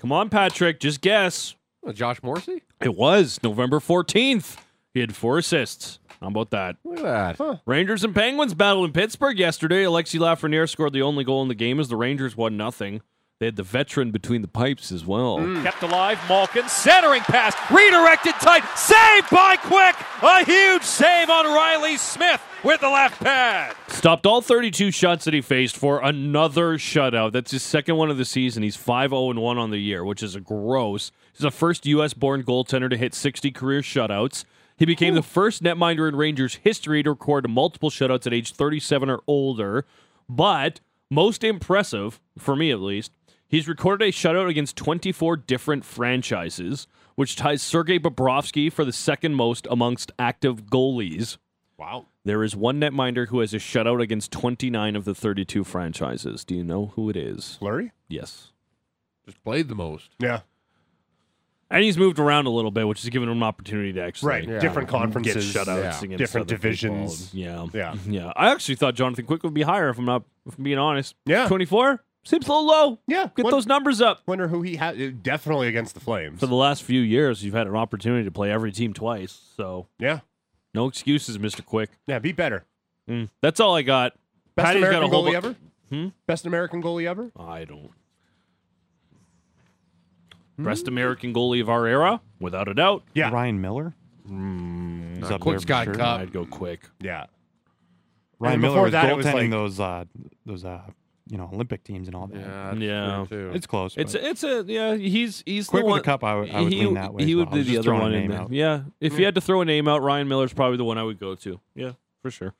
Speaker 3: Come on, Patrick. Just guess.
Speaker 4: Oh, Josh Morrissey.
Speaker 3: It was November 14th. He had four assists. How about that?
Speaker 4: Look at that.
Speaker 3: Rangers and Penguins battle in Pittsburgh yesterday. Alexi Lafreniere scored the only goal in the game as the Rangers won nothing. They had the veteran between the pipes as well.
Speaker 2: Kept alive, Malkin, centering pass, redirected tight, saved by Quick! A huge save on Riley Smith with the left pad!
Speaker 3: Stopped all 32 shots that he faced for another shutout. That's his second one of the season. He's 5 0 1 on the year, which is a gross. He's the first U.S. born goaltender to hit 60 career shutouts. He became the first netminder in Rangers history to record multiple shutouts at age 37 or older. But most impressive, for me at least, he's recorded a shutout against 24 different franchises, which ties Sergei Bobrovsky for the second most amongst active goalies.
Speaker 5: Wow.
Speaker 3: There is one netminder who has a shutout against 29 of the 32 franchises. Do you know who it is?
Speaker 5: Flurry?
Speaker 3: Yes.
Speaker 4: Just played the most.
Speaker 5: Yeah.
Speaker 3: And he's moved around a little bit, which has given him an opportunity to actually
Speaker 5: Right.
Speaker 4: Yeah.
Speaker 5: Different
Speaker 3: get
Speaker 5: conferences.
Speaker 3: shutouts
Speaker 4: Yeah.
Speaker 3: against
Speaker 5: Different
Speaker 3: other people.
Speaker 5: divisions.
Speaker 3: Yeah.
Speaker 5: Yeah.
Speaker 3: (laughs) Yeah. I actually thought Jonathan Quick would be higher if I'm not if I'm being honest.
Speaker 5: Yeah.
Speaker 3: 24 seems a little low.
Speaker 5: Yeah.
Speaker 3: Get
Speaker 5: Won-
Speaker 3: those numbers up.
Speaker 5: Wonder who he had. Definitely against the Flames.
Speaker 3: For the last few years, you've had an opportunity to play every team twice, so
Speaker 5: yeah.
Speaker 3: no excuses, Mr. Quick.
Speaker 5: Yeah. Be better.
Speaker 3: Mm. That's all I got.
Speaker 5: Best
Speaker 3: Patty's
Speaker 5: American
Speaker 3: got a whole
Speaker 5: goalie
Speaker 3: bu-
Speaker 5: ever? Best American goalie ever?
Speaker 3: I don't.
Speaker 5: Hmm.
Speaker 3: Best American goalie of our era, without a doubt.
Speaker 5: Yeah.
Speaker 9: Ryan Miller. He's up
Speaker 7: Hmm,
Speaker 4: Quick
Speaker 9: for
Speaker 4: Scott Cup.
Speaker 3: I'd go quick.
Speaker 5: Yeah.
Speaker 9: Ryan
Speaker 5: And
Speaker 9: Miller
Speaker 5: before
Speaker 9: was
Speaker 5: that, it
Speaker 9: goaltending
Speaker 5: was like-
Speaker 9: those uh, those uh, you know Olympic teams and all that.
Speaker 4: Yeah.
Speaker 3: Yeah.
Speaker 4: That's true, too.
Speaker 9: It's close.
Speaker 3: It's
Speaker 9: but
Speaker 3: a, it's a yeah. He's he's
Speaker 9: quick
Speaker 3: the
Speaker 9: with
Speaker 3: one.
Speaker 9: the cup. I would, I would
Speaker 3: he
Speaker 9: lean that way.
Speaker 3: he
Speaker 9: as
Speaker 3: would
Speaker 9: well. I
Speaker 3: be
Speaker 9: was
Speaker 3: the
Speaker 9: just
Speaker 3: other
Speaker 9: throwing
Speaker 3: one
Speaker 9: a
Speaker 3: in
Speaker 9: name
Speaker 3: there.
Speaker 9: out.
Speaker 3: Yeah, if you had to throw a name out, Ryan Miller's probably the one I would go to. Hmm. Yeah, for sure.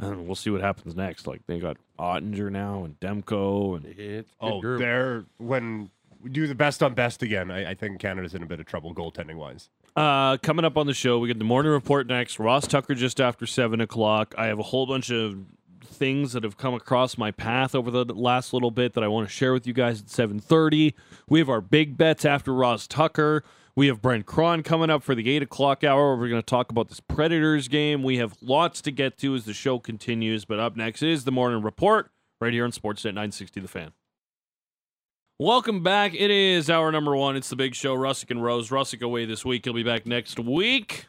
Speaker 3: And we'll see what happens next. Like they got Ottinger now and Demko and
Speaker 4: It's a good
Speaker 5: Oh,
Speaker 4: group.
Speaker 5: they're when we do the best on best again. I, I think Canada's in a bit of trouble goaltending wise.
Speaker 3: Uh, coming up on the show, we get the morning report next. Ross Tucker just after seven o'clock. I have a whole bunch of things that have come across my path over the last little bit that I want to share with you guys at seven thirty. We have our big bets after Ross Tucker. We have Brent Cron coming up for the eight o'clock hour. We're going to talk about this Predators game. We have lots to get to as the show continues. But up next is the morning report right here on Sportsnet nine sixty. The Fan. Welcome back. It is hour number one. It's the big show, Russick and Rose. Russick away this week. He'll be back next week.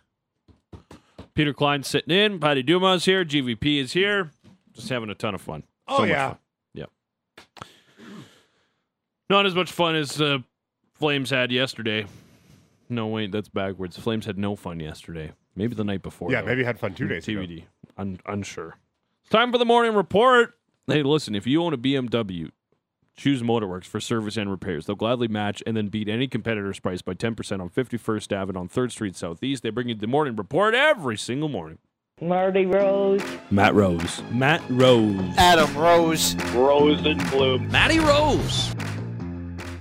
Speaker 3: Peter Klein's sitting in. Patty Dumas here. GVP is here. Just having a ton of fun.
Speaker 5: Oh
Speaker 3: much
Speaker 5: yeah,
Speaker 3: Not as much fun as uh, Flames had yesterday. No, wait, that's backwards. Flames had no fun yesterday. Maybe the night before.
Speaker 5: yeah.
Speaker 3: though.
Speaker 5: Maybe had fun two days ago.
Speaker 3: TBD. Un- unsure. It's time for the morning report. Hey, listen, if you own a BMW, choose Motorworks for service and repairs. They'll gladly match and then beat any competitor's price by 10% on 51st Ave and on 3rd Street Southeast. They bring you the morning report every single morning.
Speaker 10: Marty Rose.
Speaker 3: Matt Rose. Matt Rose.
Speaker 7: Adam Rose.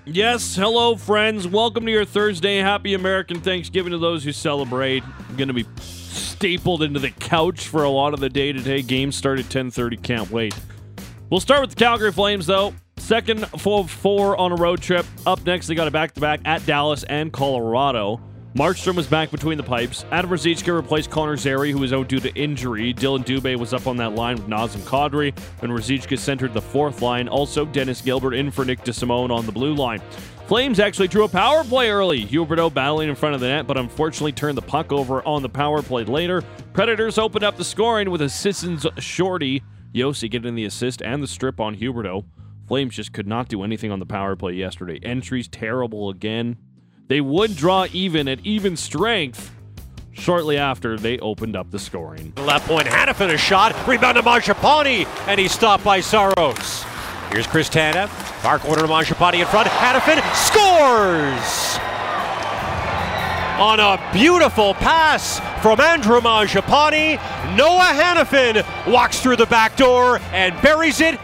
Speaker 3: Yes, hello, friends. Welcome to your Thursday. Happy American Thanksgiving to those who celebrate. I'm going to be stapled into the couch for a lot of the day today. Games start at 10.30. Can't wait. We'll start with the Calgary Flames, though. Second 4-4 on a road trip. Up next, they got a back-to-back at Dallas and Colorado. Markstrom was back between the pipes. Adam Rosichka replaced Connor Zary, who was out due to injury. Dylan Dubé was up on that line with Nazem Kadri, and Rosichka centered the fourth line. Also, Dennis Gilbert in for Nick DeSimone on the blue line. Flames actually drew a power play early. Huberto battling in front of the net, but unfortunately turned the puck over on the power play later. Predators opened up the scoring with a Sisson's shorty. Yossi getting the assist and the strip on Huberto. Flames just could not do anything on the power play yesterday. Entries terrible again. They would draw even at even strength shortly after they opened up the scoring.
Speaker 11: Left point, Hannafin a shot, rebound to Mangiapane, and he's stopped by Saros. Here's Chris Tanev, far corner to Mangiapane in front, Hannafin scores! On a beautiful pass from Andrew Mangiapane, Noah Hannafin walks through the back door and buries it.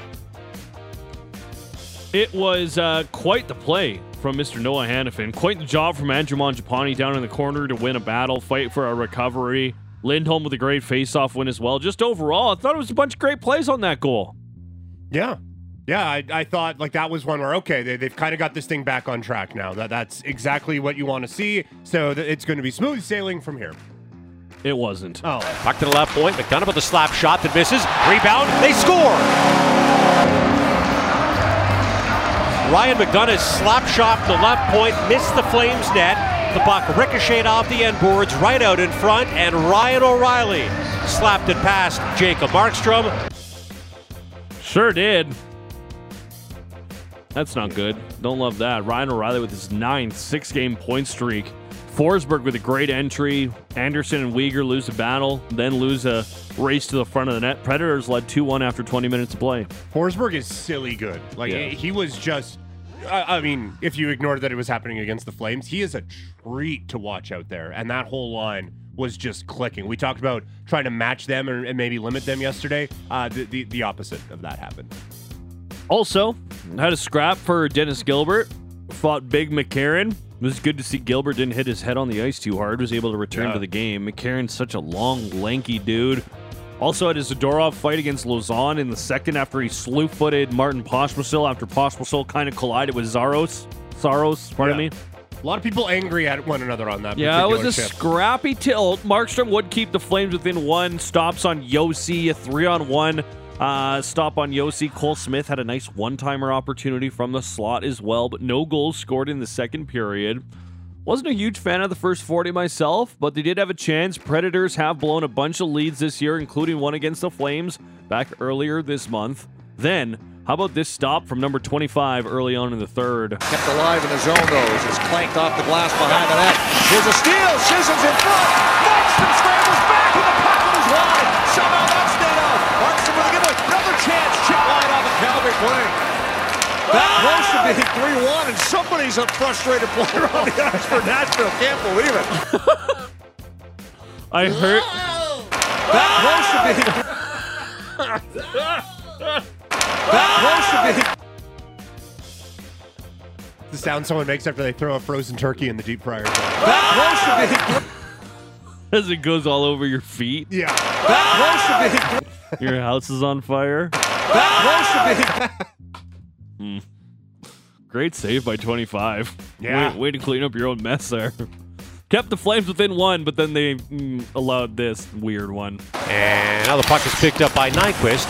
Speaker 3: It was uh, quite the play from Mr. Noah Hannafin. Quite the job from Andrew Mangiapane down in the corner to win a battle, fight for a recovery. Lindholm with a great faceoff win as well. Just overall, I thought it was a bunch of great plays on that goal.
Speaker 5: Yeah. Yeah, I, I thought like that was one where okay, they, they've kind of got this thing back on track now. That that's exactly what you want to see. So th- it's going to be smooth sailing from here.
Speaker 3: It wasn't.
Speaker 5: Oh,
Speaker 11: Back to the left point, McDonough with a slap shot that misses, rebound, they score! Ryan McDonough's slap shot from the left point missed the Flames net. The puck ricocheted off the end boards right out in front, and Ryan O'Reilly slapped it past Jacob Markstrom.
Speaker 3: Sure did. That's not good. Don't love that. Ryan O'Reilly with his ninth six game point streak. Forsberg with a great entry. Anderson and Uyghur lose a battle, then lose a race to the front of the net. Predators led 2 1 after 20 minutes of play.
Speaker 5: Forsberg is silly good. Like
Speaker 3: Yeah.
Speaker 5: he was just. I, I mean, if you ignored that it was happening against the Flames, he is a treat to watch out there, and that whole line was just clicking. We talked about trying to match them and, and maybe limit them yesterday. Uh, the, the the opposite of that happened.
Speaker 3: Also, had a scrap for Dennis Gilbert. Fought Big McCarron. It was good to see Gilbert didn't hit his head on the ice too hard. Was able to return to the game. McCarron's such a long, lanky dude. Also had his Zadorov fight against Lausanne in the second after he slew-footed Martin Poshmasil after Poshmasil kind of collided with Zaros. Saros, pardon
Speaker 5: Yeah.
Speaker 3: me.
Speaker 5: A lot of people angry at one another on that.
Speaker 3: Yeah, it was
Speaker 5: particular
Speaker 3: a
Speaker 5: shift.
Speaker 3: scrappy tilt. Markstrom would keep the Flames within one. Stops on Yossi, a three on one. Uh, stop on Yossi. Cole Smith had a nice one timer opportunity from the slot as well, but no goals scored in the second period. Wasn't a huge fan of the first 40 myself, but they did have a chance. Predators have blown a bunch of leads this year, including one against the Flames back earlier this month. Then, how about this stop from number 25 early on in the third?
Speaker 7: Kept alive in the zone though as it's clanked off the glass behind the net. Here's a steal. Sissons in front. Markstrom scrambles back and the puck goes wide. Somehow that stayed out. Markstrom play. That
Speaker 3: Ah!
Speaker 7: close to being 3 1, and somebody's a frustrated player on the ice for Nashville. Can't believe it.
Speaker 3: I heard. (laughs)
Speaker 7: That close to being. that close to being.
Speaker 5: The sound someone makes after they throw a frozen turkey in the deep fryer.
Speaker 7: That close to being.
Speaker 3: As it goes all over your feet,
Speaker 5: Yeah.
Speaker 7: That close to being.
Speaker 3: your house is on fire.
Speaker 7: That close to being.
Speaker 3: Great save by 25.
Speaker 5: Yeah.
Speaker 3: Way, way to clean up your own mess there. Kept the Flames within one, but then they mm, allowed this weird one.
Speaker 11: And now the puck is picked up by Nyquist,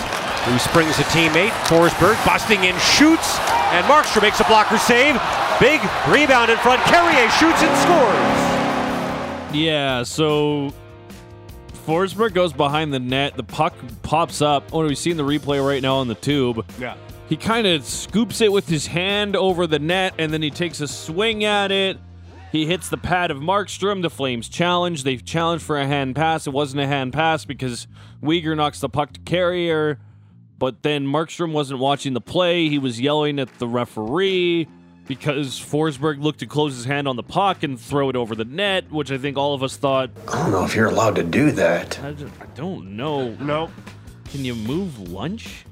Speaker 11: who springs a teammate. Forsberg busting in, shoots, and Markstrom makes a blocker save. Big rebound in front. Carrier shoots and scores.
Speaker 3: Yeah, so Forsberg goes behind the net. The puck pops up. Oh, we see in the replay right now on the tube.
Speaker 5: Yeah.
Speaker 3: He kind of scoops it with his hand over the net, and then he takes a swing at it. He hits the pad of Markstrom. The Flames challenge. They've challenged for a hand pass. It wasn't a hand pass because Uyghur knocks the puck to Carrier, but then Markstrom wasn't watching the play. He was yelling at the referee because Forsberg looked to close his hand on the puck and throw it over the net, which I think all of us thought,
Speaker 12: I don't know if you're allowed to do that.
Speaker 3: I, just, I don't know.
Speaker 5: No.
Speaker 3: Can you move lunch?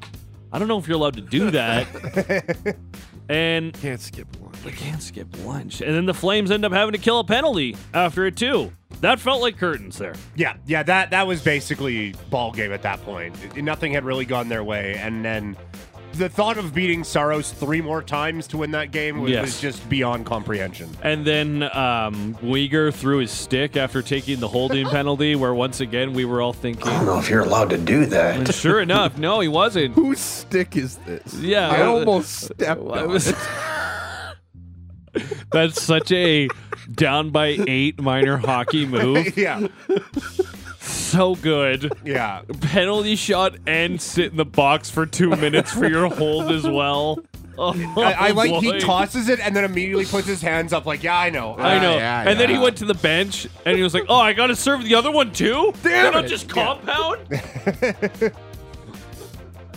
Speaker 3: I don't know if you're allowed to do that.
Speaker 4: (laughs)
Speaker 3: and
Speaker 4: Can't skip one.
Speaker 3: I can't skip lunch. And then the Flames end up having to kill a penalty after it too. That felt like curtains there.
Speaker 5: Yeah, yeah, that that was basically ball game at that point. It- Nothing had really gone their way, and then the thought of beating Saros three more times to win that game was,
Speaker 3: Yes.
Speaker 5: was just beyond comprehension.
Speaker 3: (laughs) And then um, Uyghur threw his stick after taking
Speaker 4: (laughs)
Speaker 3: the holding penalty, where once again we were all thinking.
Speaker 12: I don't know if you're allowed to do that.
Speaker 3: And sure enough, no, he wasn't.
Speaker 6: Whose stick is this?
Speaker 3: Yeah,
Speaker 6: I
Speaker 3: uh,
Speaker 6: almost stepped
Speaker 3: Well,
Speaker 6: on
Speaker 3: was- (laughs)
Speaker 6: it.
Speaker 3: That's such a down by eight minor hockey move.
Speaker 5: yeah,
Speaker 3: So good.
Speaker 5: yeah,
Speaker 3: Penalty shot and sit in the box for two minutes for your hold as well. Oh,
Speaker 5: I, I like
Speaker 3: boy.
Speaker 5: he tosses it and then immediately puts his hands up, like, yeah, I know,
Speaker 3: I know.
Speaker 6: yeah,
Speaker 3: and then he
Speaker 6: yeah.
Speaker 3: went to the bench and he was like, "Oh, I gotta serve the other one too.
Speaker 6: Damn
Speaker 3: Then I'll
Speaker 6: it."
Speaker 3: just compound."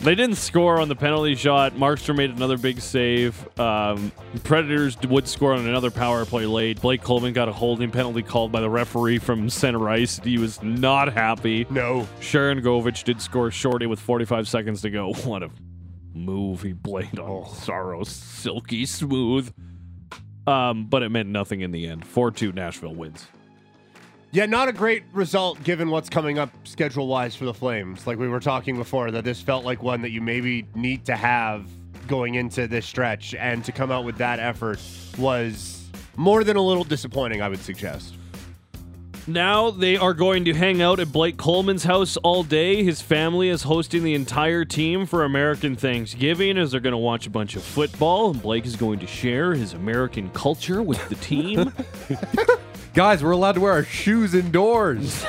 Speaker 3: they didn't score on the penalty shot. Markstrom made another big save. Um, Predators would score on another power play late. Blake Coleman got a holding penalty called by the referee from center ice. He was not happy.
Speaker 5: no,
Speaker 3: Sharon Govich did score shorty with 45 seconds to go. (laughs) What a move he played on Sorrows. Silky smooth. Um, but it meant nothing in the end. 4 2 Nashville wins.
Speaker 5: yeah, not a great result given what's coming up schedule wise for the Flames. Like we were talking before, that this felt like one that you maybe need to have going into this stretch, and to come out with that effort was more than a little disappointing. I would suggest.
Speaker 3: Now they are going to hang out at Blake Coleman's house all day. His family is hosting the entire team for American Thanksgiving as they're going to watch a bunch of football, and Blake is going to share his American culture with the (laughs) team.
Speaker 6: Guys, we're allowed to wear our shoes indoors.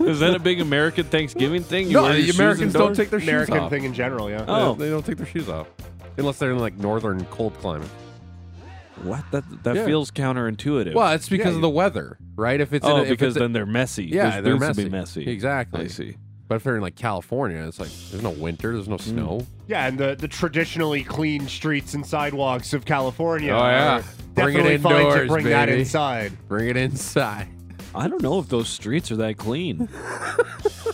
Speaker 3: is that a big American Thanksgiving thing? You
Speaker 6: no,
Speaker 3: wear your
Speaker 6: the
Speaker 3: shoes
Speaker 6: Americans don't
Speaker 3: indoors?
Speaker 6: take their
Speaker 5: American
Speaker 6: shoes off.
Speaker 5: thing in general, yeah.
Speaker 3: Oh.
Speaker 6: They don't take their shoes off. Unless they're in like northern cold climate.
Speaker 3: What? That that
Speaker 6: Yeah.
Speaker 3: feels counterintuitive.
Speaker 6: Well, it's because
Speaker 5: Yeah,
Speaker 6: of the weather, right? If it's
Speaker 3: oh,
Speaker 6: in a, if
Speaker 3: because
Speaker 6: it's a-
Speaker 3: then they're messy.
Speaker 6: yeah,
Speaker 3: Those
Speaker 6: they're
Speaker 3: boots
Speaker 6: messy.
Speaker 3: Would be messy.
Speaker 6: Exactly.
Speaker 3: I see.
Speaker 6: But if they're in like California, it's like there's no winter, there's no
Speaker 3: Mm.
Speaker 6: snow.
Speaker 5: Yeah, and the, the traditionally clean streets and sidewalks of California.
Speaker 6: Oh, yeah.
Speaker 5: are
Speaker 6: Bring it
Speaker 5: Definitely fine to
Speaker 6: indoors,
Speaker 5: bring that
Speaker 6: baby.
Speaker 5: inside.
Speaker 6: Bring it inside.
Speaker 3: I don't know if those streets are that clean.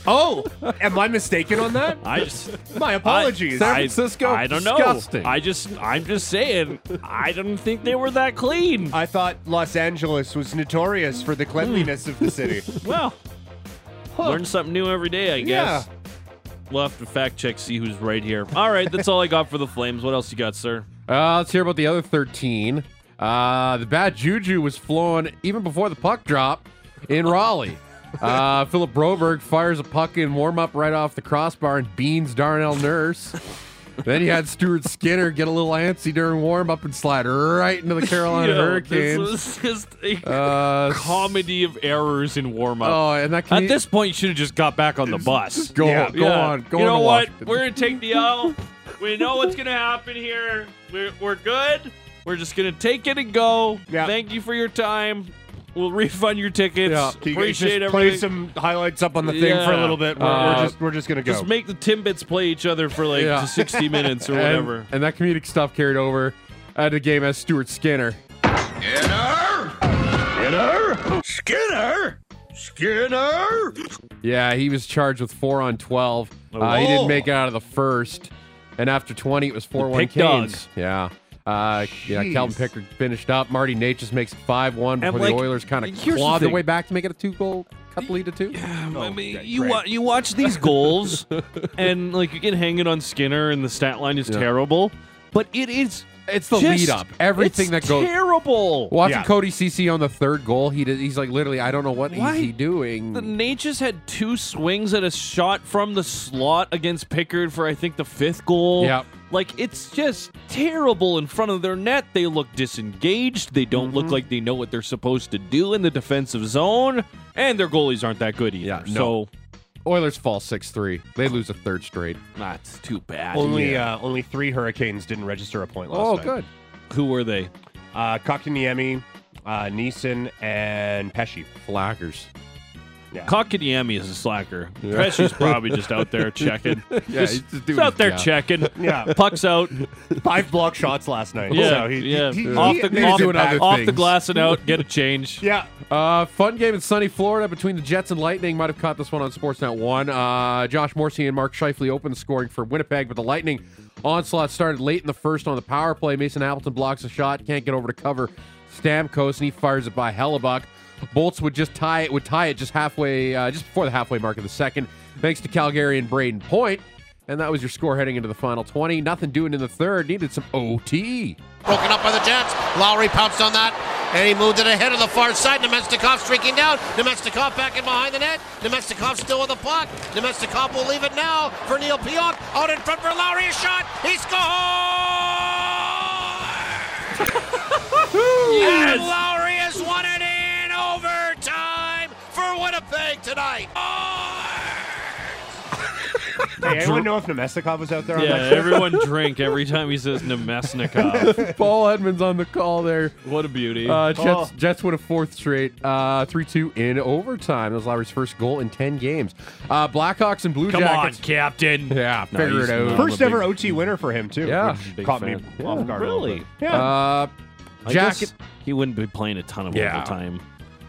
Speaker 5: Oh, am I mistaken on
Speaker 3: (laughs)
Speaker 5: that?
Speaker 3: I
Speaker 6: (laughs)
Speaker 3: just
Speaker 5: My apologies.
Speaker 6: San
Speaker 3: I-
Speaker 6: Francisco,
Speaker 3: I, don't
Speaker 6: disgusting.
Speaker 3: know. I just I'm just saying I didn't think they were that clean.
Speaker 5: I thought Los Angeles was notorious for the cleanliness of the
Speaker 6: (laughs)
Speaker 5: city.
Speaker 3: well, learn something new every day, I
Speaker 5: Yeah.
Speaker 3: guess. We'll have to fact check, see who's right here. All right, that's all I got for the Flames. What else you got, sir?
Speaker 6: Uh, let's hear about the other 13. Uh, the bad juju was flowing even before the puck drop in
Speaker 3: (laughs)
Speaker 6: Raleigh. Uh, Philip Broberg fires a puck in warm up right off the crossbar and beans Darnell Nurse. then you had Stuart Skinner get a little antsy during warm up and slide right into
Speaker 3: (laughs)
Speaker 6: the Carolina
Speaker 3: Yo, this
Speaker 6: Hurricanes.
Speaker 3: was (laughs) just a
Speaker 6: uh,
Speaker 3: comedy of errors in warm up.
Speaker 6: oh, and that
Speaker 3: At
Speaker 6: Cana-
Speaker 3: this point, you should have just got back on the bus.
Speaker 6: go
Speaker 5: Yeah.
Speaker 6: go
Speaker 3: Yeah.
Speaker 6: on, go
Speaker 3: you
Speaker 6: on.
Speaker 3: know
Speaker 6: to
Speaker 3: what?
Speaker 6: Washington.
Speaker 3: We're gonna take the L. we know what's gonna happen here. We're, we're good. We're just gonna take it and go.
Speaker 5: Yeah.
Speaker 3: Thank you for your time. We'll refund your tickets.
Speaker 5: Can you guys
Speaker 3: Appreciate
Speaker 5: just
Speaker 3: everything.
Speaker 5: Play some highlights up on the thing for a
Speaker 3: Yeah.
Speaker 5: little bit. We're,
Speaker 3: Uh,
Speaker 5: we're just we're just gonna go.
Speaker 3: Just make the Timbits play each other for like
Speaker 6: Yeah. (laughs)
Speaker 3: 60 minutes or
Speaker 6: And-
Speaker 3: whatever.
Speaker 6: And, that comedic stuff carried over at the game as Stuart Skinner.
Speaker 8: Skinner? Skinner? Skinner?
Speaker 6: Yeah, he was charged with four on 12. Uh, he
Speaker 8: Oh.
Speaker 6: didn't make it out of the first. And after 20, it was 4 1
Speaker 3: pig dog.
Speaker 6: Canes. Yeah. Uh, yeah, Calvin
Speaker 3: Jeez.
Speaker 6: Pickard finished up. Marty Nate just makes it 5 1
Speaker 3: And,
Speaker 6: before
Speaker 3: like,
Speaker 6: the Oilers kind of
Speaker 3: here's the
Speaker 6: clawed their
Speaker 3: thing.
Speaker 6: way back to make it a two goal cut lead to two. Oh,
Speaker 3: I mean, you wa- you watch these goals, and like you can hang it on Skinner, and the stat line is terrible, but it is.
Speaker 6: It's the lead up. Everything that goes-
Speaker 3: terrible.
Speaker 6: Watching Cody CC on the third goal, he did, he's like literally, I don't know what
Speaker 3: Why?
Speaker 6: he's he doing.
Speaker 3: The Natchez had two swings at a shot from the slot against Pickard for I think the fifth goal.
Speaker 6: Yep.
Speaker 3: Like it's just terrible in front of their net. They look disengaged. They don't
Speaker 6: Mm-hmm.
Speaker 3: look like they know what they're supposed to do in the defensive zone, and their goalies aren't that good either.
Speaker 6: Yeah, no.
Speaker 3: So
Speaker 6: Oilers fall six three. They lose a third straight.
Speaker 3: that's too bad.
Speaker 5: only uh, only three Hurricanes didn't register a point last
Speaker 6: Oh,
Speaker 5: night.
Speaker 6: good.
Speaker 3: Who were they?
Speaker 5: Uh, Kakaniemi, uh, Neeson, and Pesci.
Speaker 6: Flackers.
Speaker 5: Yeah.
Speaker 3: Kakadiemi is a slacker.
Speaker 6: Yeah. (laughs)
Speaker 3: Pesci's probably just out there checking.
Speaker 6: Yeah, he's just doing
Speaker 3: out there
Speaker 6: his job.
Speaker 3: checking.
Speaker 5: Yeah.
Speaker 3: pucks out.
Speaker 5: Five block shots last night.
Speaker 3: (laughs) Yeah,
Speaker 5: So he-
Speaker 3: yeah.
Speaker 5: he- he-
Speaker 3: off
Speaker 5: he
Speaker 3: the
Speaker 5: made
Speaker 3: off,
Speaker 5: it back.
Speaker 6: other
Speaker 3: off the
Speaker 6: things.
Speaker 3: glass and out. Get
Speaker 6: (laughs)
Speaker 3: a change.
Speaker 5: Yeah.
Speaker 6: Uh, fun game in sunny Florida between the Jets and Lightning. Might have caught this one on Sportsnet 1. Uh, Josh Morrissey and Mark Scheifele opened the scoring for Winnipeg, but the Lightning onslaught started late in the first on the power play. Mason Appleton blocks a shot, can't get over to cover Stamkos, and he fires it by Hellebuck. Bolts would just tie it, would tie it just halfway, uh, just before the halfway mark of the second, thanks to Calgary and Braden Point. And that was your score heading into the final 20. Nothing doing in the third. Needed some OT.
Speaker 13: Broken up by the Jets. Lowry pounced on that, and he moved it ahead of the far side. Nemestikov streaking down. Nemestikov back in behind the net. Nemestikov still with the puck. Nemestikov will leave it now for Neil Pionk. Out in front for Lowry. A shot. He scores!
Speaker 8: Yes!
Speaker 13: And Lowry has won it in overtime for Winnipeg tonight.
Speaker 5: Hey, anyone know if Nemestikov was out there?
Speaker 3: Yeah,
Speaker 5: on that shift?
Speaker 3: (laughs) everyone drink every time he says Nemesnikov.
Speaker 6: Paul Edmonds on the call there.
Speaker 3: (laughs) What a beauty.
Speaker 6: Uh, Jets, Jets win a fourth straight, uh, 3-2 in overtime. That was Lowry's first goal in 10 games. Uh, Blackhawks and Blue
Speaker 3: Come on,
Speaker 6: Jackets.
Speaker 3: Captain.
Speaker 6: Yeah, figure it out.
Speaker 5: First ever OT winner for him too.
Speaker 6: Yeah.
Speaker 5: which
Speaker 3: Big
Speaker 5: caught
Speaker 3: fan.
Speaker 5: me off guard. a little
Speaker 3: Really?
Speaker 5: bit. Yeah.
Speaker 6: Uh,
Speaker 3: I
Speaker 6: Jacket.
Speaker 3: guess He wouldn't be playing a ton of
Speaker 6: Yeah.
Speaker 3: overtime.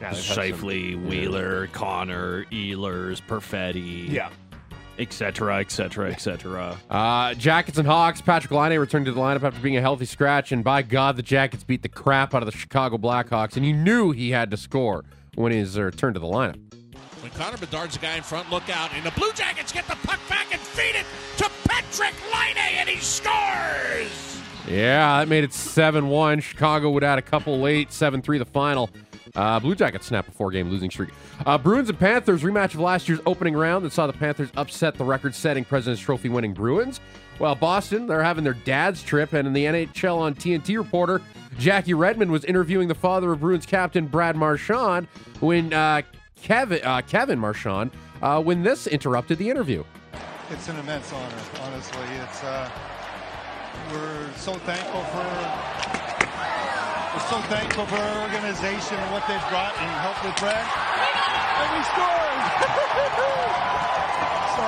Speaker 5: Yeah, they've had some-
Speaker 3: Shifley, Wheeler, Connor, Ehlers, Perfetti.
Speaker 5: Yeah.
Speaker 3: Et cetera, et cetera, et cetera.
Speaker 6: Uh, Jackets and Hawks. Patrick Line returned to the lineup after being a healthy scratch, and by God, the Jackets beat the crap out of the Chicago Blackhawks, and you knew he had to score when his uh, return to the lineup.
Speaker 8: When Connor Bedard's the guy in front, look out. And the Blue Jackets get the puck back and feed it to Patrick Line, and he scores!
Speaker 6: Yeah, that made it 7 1. Chicago would add a couple late, 7 3 the final. Uh, Blue Jackets snap a four game losing streak. Uh, Bruins and Panthers, rematch of last year's opening round that saw the Panthers upset the record setting President's Trophy winning Bruins. While Boston, they're having their dad's trip, and in the NHL on TNT reporter, Jackie Redmond was interviewing the father of Bruins captain Brad Marchand when uh, Kevin, uh, Kevin Marchand uh, when this interrupted the interview.
Speaker 14: It's an immense honor, honestly. It's uh, we're so thankful for we're so thankful for our organization and what they've brought and helped with Brad. And we scored! so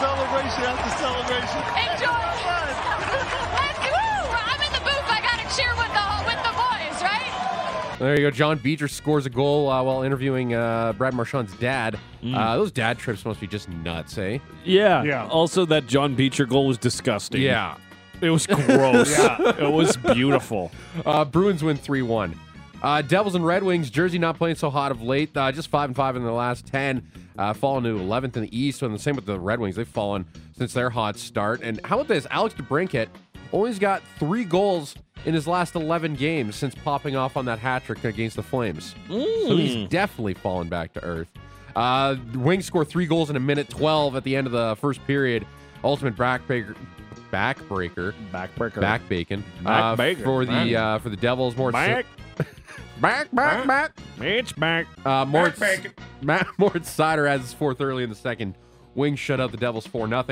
Speaker 14: celebration after (laughs) celebration.
Speaker 15: Enjoy. Let's woo! I'm in the booth. I gotta cheer with the with the boys, right?
Speaker 6: There you go. John Beecher scores a goal uh, while interviewing uh, Brad Marchand's dad. Uh, those dad trips must be just nuts, eh?
Speaker 3: Yeah.
Speaker 6: Yeah.
Speaker 3: Also, that John Beecher goal was disgusting.
Speaker 6: Yeah.
Speaker 3: It was gross. It was beautiful.
Speaker 6: Uh, Bruins win 3 1. Uh, Devils and Red Wings, Jersey not playing so hot of late. Uh, just 5 and 5 in the last 10. Uh, fallen to 11th in the East. And the same with the Red Wings. They've fallen since their hot start. And how about this? Alex DeBrinket only's got three goals in his last 11 games since popping off on that hat trick against the Flames. So he's
Speaker 3: Mm.
Speaker 6: definitely fallen back to earth. Uh, the Wings score three goals in a minute 12 at the end of the first period. Ultimate backbreaker. Backbreaker.
Speaker 5: Backbreaker.
Speaker 6: Back bacon.
Speaker 3: Back
Speaker 6: uh,
Speaker 3: bacon.
Speaker 6: For the
Speaker 3: Back.
Speaker 6: uh, for the Devils. More
Speaker 3: Back.
Speaker 6: back, back, back.
Speaker 3: It's back.
Speaker 6: Uh, Moritz,
Speaker 3: Back
Speaker 6: (laughs)
Speaker 3: bacon.
Speaker 6: Ma- Moritz Sider has his fourth early in the second. Wings shut out the Devils 4 0.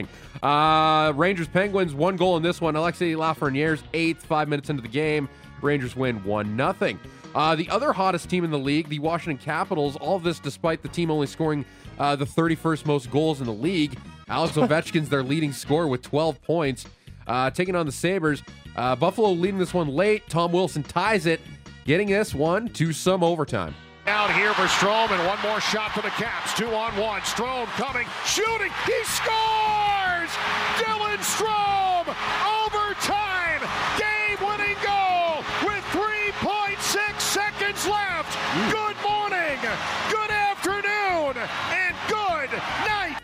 Speaker 6: Uh, Rangers Penguins, one goal in this one. Alexei Lafreniere's eighth, five minutes into the game. Rangers win 1 0. Uh, the other hottest team in the league, the Washington Capitals, all this despite the team only scoring uh, the 31st most goals in the league. Alex Ovechkin's their leading scorer with 12 points. Uh, taking on the Sabres. Uh, Buffalo leading this one late. Tom Wilson ties it, getting this one to some overtime.
Speaker 16: Out here for Strom, and one more shot for the Caps. Two on one. Strom coming, shooting. He scores! Dylan Strom, overtime, game-winning goal with 3.6 seconds left. Good morning, good afternoon, and good night.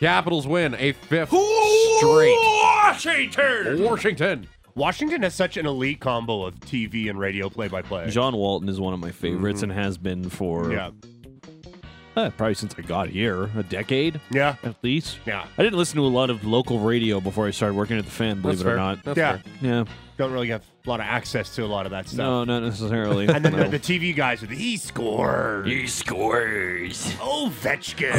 Speaker 6: Capitals win a fifth straight.
Speaker 5: Washington.
Speaker 6: Washington.
Speaker 5: Washington has such an elite combo of TV and radio play-by-play.
Speaker 3: John Walton is one of my favorites and has been for
Speaker 5: Yeah.
Speaker 3: uh, probably since I got here, a decade.
Speaker 5: Yeah,
Speaker 3: at least.
Speaker 5: Yeah,
Speaker 3: I didn't listen to a lot of local radio before I started working at the fan. Believe
Speaker 5: That's
Speaker 3: it or
Speaker 5: fair.
Speaker 3: not.
Speaker 5: That's Yeah. fair.
Speaker 3: yeah.
Speaker 5: Don't really have a lot of access to a lot of that stuff.
Speaker 3: No,
Speaker 6: (laughs)
Speaker 3: not necessarily.
Speaker 5: And then
Speaker 3: No.
Speaker 5: the, the TV guys with he scores.
Speaker 3: He scores.
Speaker 5: Ovechkin.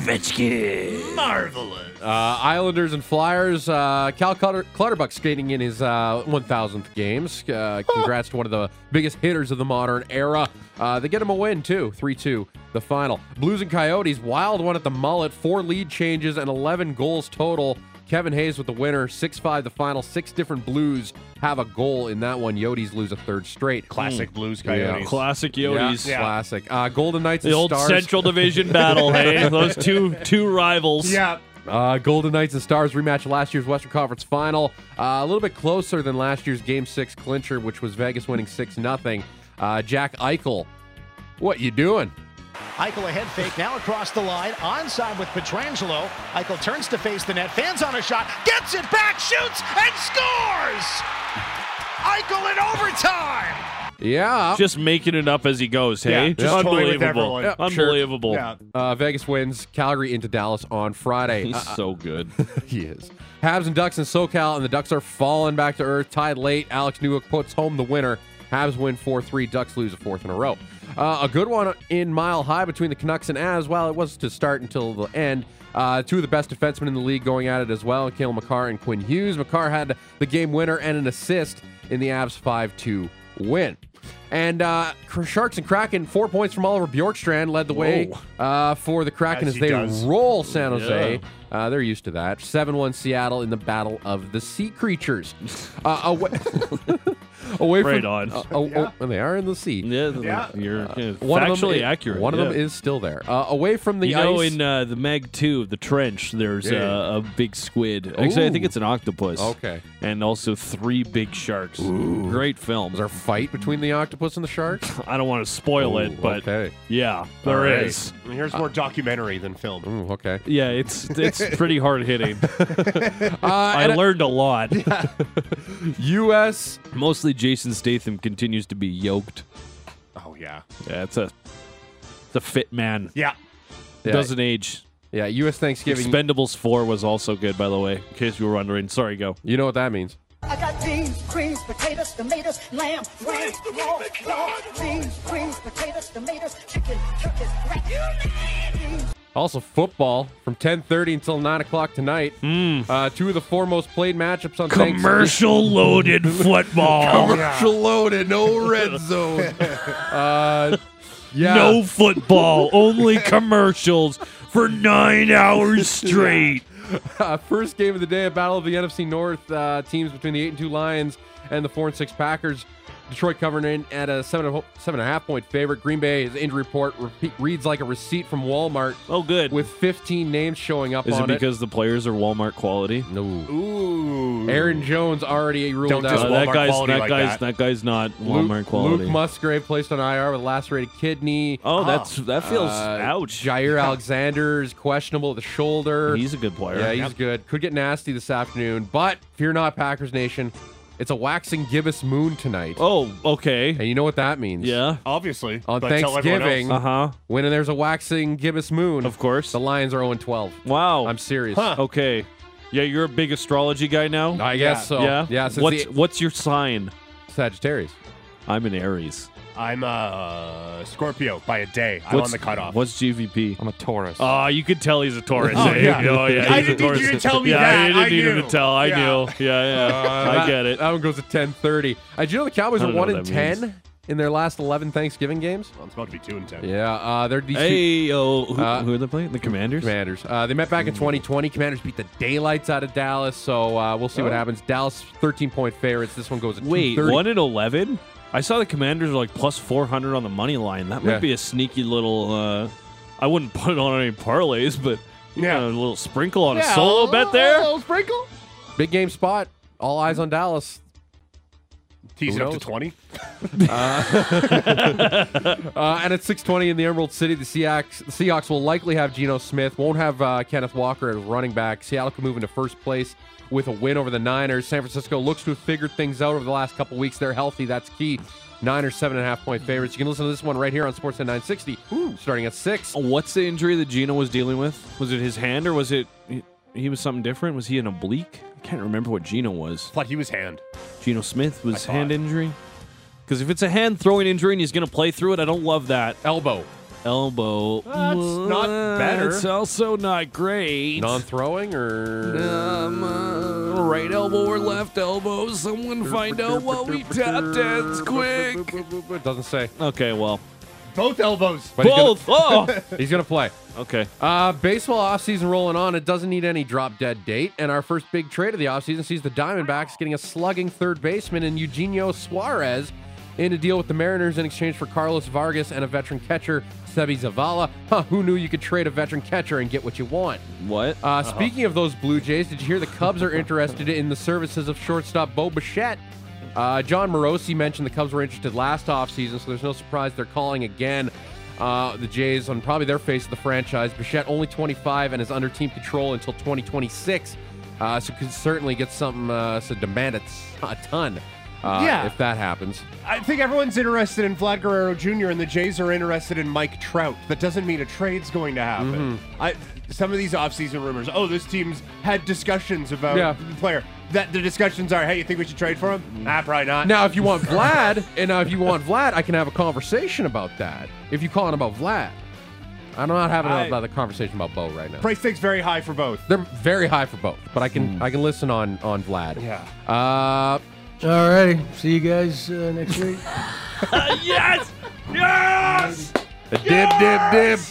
Speaker 3: Ovechkin.
Speaker 5: Marvelous.
Speaker 6: Uh, Islanders and Flyers. Uh, Cal Clutter- Clutterbuck skating in his uh, 1,000th games. Uh, congrats to one of the biggest hitters of the modern era. Uh, they get him a win too, three two. The final. Blues and Coyotes. Wild one at the mullet. Four lead changes and 11 goals total. Kevin Hayes with the winner. Six five. The final. Six different Blues have a goal in that one. Yotes lose a third straight.
Speaker 5: Classic Blues Coyotes.
Speaker 3: Classic Hmm. Yotes.
Speaker 6: Yeah,
Speaker 3: Yeah.
Speaker 6: Classic. Uh, Golden Knights.
Speaker 3: The
Speaker 6: and
Speaker 3: old
Speaker 6: Stars.
Speaker 3: Central Division battle,
Speaker 6: (laughs)
Speaker 3: hey? Those two two rivals.
Speaker 5: Yeah.
Speaker 6: Uh, Golden Knights and Stars rematch of last year's Western Conference Final. Uh, a little bit closer than last year's Game 6 clincher, which was Vegas winning 6 0. Uh, Jack Eichel, what you doing?
Speaker 17: Eichel a head fake now across the line, onside with Petrangelo. Eichel turns to face the net, fans on a shot, gets it back, shoots, and scores! Eichel in overtime!
Speaker 6: Yeah.
Speaker 3: Just making it up as he goes, hey?
Speaker 6: Yeah, just toying with
Speaker 3: Unbelievable.
Speaker 6: everyone. Yeah, sure.
Speaker 3: Unbelievable.
Speaker 6: Uh, Vegas wins Calgary into Dallas on
Speaker 3: (laughs)
Speaker 6: Friday.
Speaker 3: He's
Speaker 6: Uh, (laughs)
Speaker 3: so good.
Speaker 6: he is. Habs and Ducks in SoCal, and the Ducks are falling back to earth, tied late. Alex Newhook puts home the winner. Habs win 4 3. Ducks lose a fourth in a row. Uh, a good one in mile high between the Canucks and Avs. Well, it was to start until the end. Uh, two of the best defensemen in the league going at it as well, Kale McCarr and Quinn Hughes. McCarr had the game winner and an assist in the Avs 5 2 win. And uh, Sharks and Kraken, four points from Oliver Bjorkstrand, led the way uh, for the Kraken
Speaker 5: As
Speaker 6: as,
Speaker 5: he
Speaker 6: they
Speaker 5: does.
Speaker 6: roll San Jose.
Speaker 5: Yeah.
Speaker 6: Uh, they're used to that. 7 1 Seattle in the Battle of the Sea Creatures. Uh, away (laughs) away
Speaker 3: Right
Speaker 6: from.
Speaker 3: on.
Speaker 6: uh, oh, oh, they are in the sea.
Speaker 3: Yeah,
Speaker 6: Yeah. Uh,
Speaker 3: you're yeah,
Speaker 6: one of them
Speaker 3: factually
Speaker 6: i-
Speaker 3: accurate.
Speaker 6: one of them
Speaker 3: yeah.
Speaker 6: is still there. Uh, away from the
Speaker 3: you know,
Speaker 6: ice.
Speaker 3: in uh, the Meg 2, the trench, there's
Speaker 6: Yeah.
Speaker 3: uh, a big squid. Actually, I think
Speaker 6: Ooh.
Speaker 3: it's an octopus.
Speaker 6: Okay.
Speaker 3: And also three big sharks. Great film. Is
Speaker 6: there a fight between the octopus and the shark?
Speaker 3: (laughs) I don't want to spoil it,
Speaker 6: Ooh,
Speaker 3: but
Speaker 6: okay.
Speaker 3: yeah, there
Speaker 5: All right.
Speaker 3: is.
Speaker 6: Uh,
Speaker 5: Here's more documentary than
Speaker 6: (laughs)
Speaker 5: film.
Speaker 6: Ooh, okay.
Speaker 3: Yeah, it's (laughs) it's pretty hard hitting. I
Speaker 6: Uh, and I-
Speaker 3: learned a lot.
Speaker 6: U.S.
Speaker 3: (laughs) Mostly Jason Statham continues to be yoked.
Speaker 5: Oh yeah.
Speaker 3: Yeah, it's a it's a fit man.
Speaker 5: Yeah.
Speaker 6: Yeah.
Speaker 3: Doesn't age.
Speaker 6: Yeah, U.S. Thanksgiving.
Speaker 3: Expendables 4 was also good, by the way, in case you were wondering. Sorry, go.
Speaker 6: You know what that means.
Speaker 18: I got beans, creams, potatoes, tomatoes, lamb, lamb, raw, raw, beans, creams, potatoes, tomatoes, chicken, turkey, rat.
Speaker 6: Also, football from 10.30 until 9 o'clock tonight.
Speaker 3: Hmm.
Speaker 6: Uh, two of the four most played matchups on
Speaker 5: (laughs)
Speaker 6: Thanksgiving.
Speaker 3: Commercial-loaded football.
Speaker 6: Commercial loaded,
Speaker 5: (laughs)
Speaker 6: no red zone. uh, yeah.
Speaker 3: (laughs)
Speaker 5: (laughs)
Speaker 3: No football, only commercials for
Speaker 5: (laughs)
Speaker 3: nine hours straight.
Speaker 6: (laughs) Uh, first game of the day, a battle of the NFC North uh, teams between the eight and two Lions and the four and six Packers. Detroit covering in at a seven and a- seven and a half point favorite. Green Bay's injury report repeat, reads like a receipt from Walmart.
Speaker 3: Oh, good.
Speaker 6: With 15 names showing up
Speaker 3: Is
Speaker 6: on
Speaker 3: it because the players are Walmart quality?
Speaker 6: No.
Speaker 5: Ooh.
Speaker 6: Aaron Jones already ruled
Speaker 3: Don't
Speaker 6: out.
Speaker 3: diss Uh, That Walmart guy's- quality that like guy's- that. that guy's not Walmart
Speaker 6: Luke,
Speaker 3: quality.
Speaker 6: Luke Musgrave placed on IR with lacerated kidney. Uh,
Speaker 3: Oh, that's- that feels- ouch. (laughs)
Speaker 6: Jair Alexander is questionable at the shoulder.
Speaker 3: He's a good player.
Speaker 6: Yeah, he's
Speaker 3: Yep.
Speaker 6: good. Could get nasty this afternoon, but fear not, Packers Nation. It's a waxing gibbous moon tonight.
Speaker 3: Oh, okay.
Speaker 6: And you know what that means?
Speaker 3: Yeah.
Speaker 5: Obviously.
Speaker 6: On
Speaker 5: but tell everyone
Speaker 6: Thanksgiving,
Speaker 5: else.
Speaker 3: uh-huh.
Speaker 6: when there's a waxing gibbous moon, of
Speaker 3: course,
Speaker 6: the Lions are 0 12.
Speaker 3: Wow.
Speaker 6: I'm serious.
Speaker 3: Okay. Yeah, you're a big astrology guy now?
Speaker 6: I guess so.
Speaker 3: Yeah?
Speaker 6: Yeah, since
Speaker 3: what's,
Speaker 6: the-
Speaker 3: what's your sign?
Speaker 6: Sagittarius.
Speaker 3: I'm an Aries.
Speaker 5: I'm a Scorpio by a day. I'm
Speaker 3: What's-
Speaker 5: on the cutoff.
Speaker 3: What's GVP?
Speaker 9: I'm a Taurus.
Speaker 3: Oh, you could tell he's a Taurus.
Speaker 5: Oh,
Speaker 3: eh?
Speaker 5: yeah.
Speaker 3: (laughs) Oh, yeah,
Speaker 5: I
Speaker 3: he's a
Speaker 5: didn't need you
Speaker 3: Taurus.
Speaker 5: to tell me
Speaker 3: yeah,
Speaker 5: that.
Speaker 3: You didn't
Speaker 5: I
Speaker 3: need him
Speaker 5: knew.
Speaker 3: to tell. I
Speaker 5: Yeah.
Speaker 3: knew. Yeah, yeah.
Speaker 6: Uh,
Speaker 3: I
Speaker 6: that-
Speaker 3: get it.
Speaker 6: That one goes to 10:30. Uh, do you know the Cowboys
Speaker 3: I
Speaker 6: are
Speaker 3: don't know
Speaker 6: one
Speaker 3: what
Speaker 6: in
Speaker 3: that means.
Speaker 6: ten in their last 11 Thanksgiving games.
Speaker 5: Well, it's about to be two and ten.
Speaker 6: Yeah, uh, they're DC.
Speaker 3: Hey, oh, who, who are they playing? The Commanders.
Speaker 6: Commanders. Uh, they met back in 2020. Commanders beat the daylights out of Dallas, so uh, we'll see what
Speaker 3: Oh.
Speaker 6: happens. Dallas 13 point favorites. This one goes at
Speaker 3: Wait,
Speaker 6: 2:30.
Speaker 3: one and eleven. I saw the Commanders were like plus four hundred on the money line. That might
Speaker 6: Yeah.
Speaker 3: be a sneaky little. Uh, I wouldn't (laughs) put it on any parlays, but yeah, a little sprinkle on a solo bet there.
Speaker 5: sprinkle.
Speaker 6: Big game spot. All eyes on Dallas.
Speaker 5: Tease it
Speaker 6: Who
Speaker 5: up to
Speaker 6: knows?
Speaker 5: 20.
Speaker 6: Uh, uh, and at 6:20 in the Emerald City, the Seahawks, the Seahawks will likely have Geno Smith, won't have uh, Kenneth Walker as running back. Seattle can move into first place with a win over the Niners. San Francisco looks to have figured things out over the last couple weeks. They're healthy, that's key. Niners seven and a half point favorites. You can listen to this one right here on Sportsnet 960, starting at six.
Speaker 3: What's the injury that Gino was dealing with? Was it his hand or was it he, he was something different? Was he an oblique? I can't remember what Gino was.
Speaker 5: But he was hand.
Speaker 3: Gino Smith was hand injury. Because if it's a hand throwing injury and he's going to play through it, I don't love that.
Speaker 6: Elbow.
Speaker 3: Elbow.
Speaker 6: That's not
Speaker 3: Well,
Speaker 6: better.
Speaker 3: It's also not great.
Speaker 6: Non-throwing or
Speaker 3: Um, uh, right elbow or left elbow? Someone find out what we tap dance quick.
Speaker 6: doesn't say.
Speaker 3: Okay, well,
Speaker 5: both elbows.
Speaker 3: Both. (laughs)
Speaker 6: oh, he's gonna play.
Speaker 3: Okay.
Speaker 6: Uh, baseball offseason rolling on. It doesn't need any drop dead date. And our first big trade of the offseason sees the Diamondbacks getting a slugging third baseman in Eugenio Suarez in a deal with the Mariners in exchange for Carlos Vargas and a veteran catcher, Sebi Zavala. Huh, who knew you could trade a veteran catcher and get what you want?
Speaker 3: What?
Speaker 6: Uh, Speaking of those Blue Jays, did you hear the Cubs are interested in the services of shortstop Bo Bichette? Uh, John Morosi mentioned the Cubs were interested last offseason, so there's no surprise they're calling again. Uh, the Jays on probably their face of the franchise. Bichette only 25 and is under team control until 2026, uh, so could certainly get something uh, so demand a t- a ton. Uh,
Speaker 5: Yeah.
Speaker 6: if that happens.
Speaker 5: I think everyone's interested in Vlad Guerrero Jr. and the Jays are interested in Mike Trout. That doesn't mean a trade's going to happen.
Speaker 6: Mm-hmm.
Speaker 5: I some of these offseason rumors. Oh, this team's had discussions about
Speaker 6: Yeah. Mm-hmm.
Speaker 5: the player. That the discussions are, hey, you think we should trade for him? Nah, probably not.
Speaker 6: Now, if you want Vlad, and now if you want Vlad, I can have a conversation about that. If you call in about Vlad, I'm not having
Speaker 5: I-
Speaker 6: another conversation about Bo right now.
Speaker 5: price tag's very high for both.
Speaker 6: They're very high for both, but I
Speaker 5: Hmm.
Speaker 6: can I can listen on on Vlad.
Speaker 5: Yeah.
Speaker 6: Uh,
Speaker 19: All righty. See you guys uh, next
Speaker 6: (laughs)
Speaker 19: week.
Speaker 3: yes! Yes!
Speaker 6: Dib dib dib.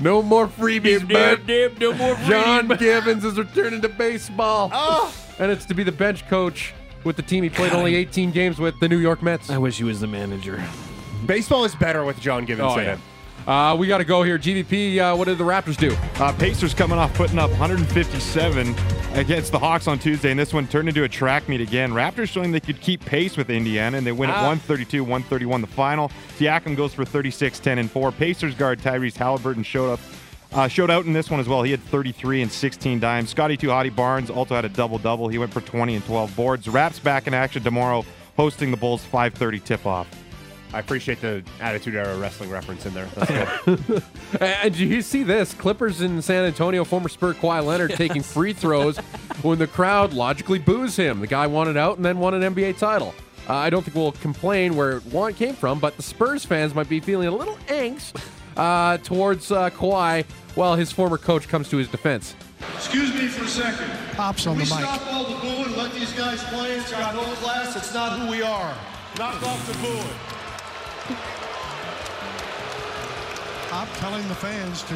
Speaker 6: No more freebies, man.
Speaker 3: dib, no more
Speaker 6: John Givens is returning to baseball,
Speaker 5: Oh!
Speaker 6: and it's to be the bench coach with the team he played only 18 games with, the New York Mets. I
Speaker 3: wish he was the manager.
Speaker 5: Baseball is better with John Givens
Speaker 6: Oh,
Speaker 5: in
Speaker 6: yeah.
Speaker 5: it.
Speaker 6: Uh, we got to go here. GVP, uh, what did the Raptors do?
Speaker 20: Uh, Pacers coming off putting up 157 against the Hawks on Tuesday, and this one turned into a track meet again. Raptors showing they could keep pace with Indiana, and they win
Speaker 21: Ah.
Speaker 20: at 132 131 the final. Siakam goes for 36 10 and 4. Pacers guard Tyrese Halliburton showed up. Uh, showed out in this one as well. He had 33 and 16 dimes. Scotty Tuhati Barnes also had a double double. He went for 20 and 12 boards. Raps back in action tomorrow, hosting the Bulls 5:30 tip off.
Speaker 5: I appreciate the Attitude Era wrestling reference in there.
Speaker 22: (laughs)
Speaker 5: That's
Speaker 6: And- (laughs) And did you see this? Clippers in San Antonio, former Spur Kawhi (laughs) Leonard taking free throws when the crowd logically boos him. The guy wanted out and then won an NBA title. Uh, I don't think we'll complain where want came from, but the Spurs fans might be feeling a little angst uh, towards uh, Kawhi while his former coach comes to his defense.
Speaker 23: Excuse me for a second.
Speaker 19: Pops on
Speaker 23: Can
Speaker 19: the
Speaker 23: we
Speaker 19: mic.
Speaker 23: stop all the booing and let these guys play? It's got no class. It's not who we are. Knock off the booing.
Speaker 14: (laughs) I'm telling the fans to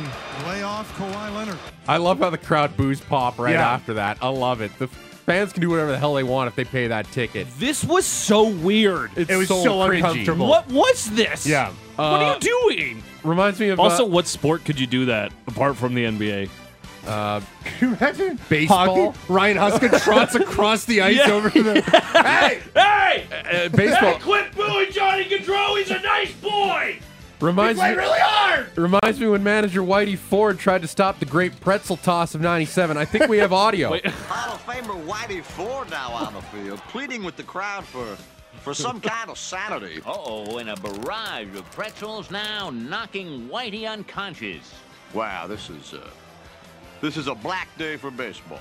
Speaker 14: lay off Kawhi Leonard.
Speaker 6: I love how the crowd boos pop right
Speaker 14: Yeah.
Speaker 6: after that. I love it. The fans can do whatever the hell they want if they pay that ticket.
Speaker 3: This was so weird.
Speaker 6: It's
Speaker 3: It was
Speaker 6: so,
Speaker 3: so
Speaker 5: cringy.
Speaker 6: uncomfortable.
Speaker 3: What was this?
Speaker 6: Yeah.
Speaker 3: what
Speaker 6: Uh,
Speaker 3: are you doing?
Speaker 6: Reminds me of (laughs)
Speaker 3: Also,
Speaker 6: uh,
Speaker 3: what sport could you do that apart from the NBA?
Speaker 6: Uh,
Speaker 5: you imagine
Speaker 6: baseball?
Speaker 5: Hockey? Ryan
Speaker 3: (laughs)
Speaker 5: Huska trots across the ice
Speaker 3: Yeah.
Speaker 5: over to
Speaker 3: (laughs)
Speaker 5: the.
Speaker 3: hey! Hey!
Speaker 6: Uh, baseball- Hey,
Speaker 3: quit booing Johnny Gaudreau. He's a nice boy.
Speaker 6: Reminds
Speaker 3: He
Speaker 6: me
Speaker 3: played really hard!
Speaker 6: Reminds me when manager Whitey Ford tried to stop the great pretzel toss of '97. I think we have
Speaker 3: (laughs)
Speaker 6: audio.
Speaker 22: Hall of Famer Whitey Ford now on the field, pleading with the crowd for for some kind of sanity.
Speaker 24: Uh-oh, and a barrage of pretzels now knocking Whitey unconscious.
Speaker 22: Wow, this is uh, this is a black day for baseball.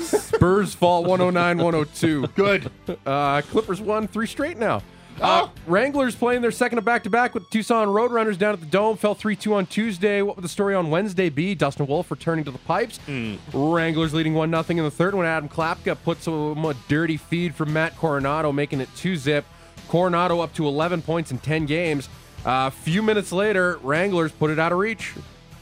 Speaker 6: Spurs fall 109-102. Good. Uh, Clippers won three straight now. Uh, Wranglers playing their second of back-to-back with Tucson Roadrunners down at the Dome. Fell 3-2 on Tuesday. What would the story on Wednesday be? Dustin Wolf returning to the pipes. Wranglers leading 1-0 in the third when Adam Klapka puts a, a dirty feed from Matt Coronado, making it 2-zip. Coronado up to 11 points in 10 games. A few minutes later, Wranglers put it out of reach.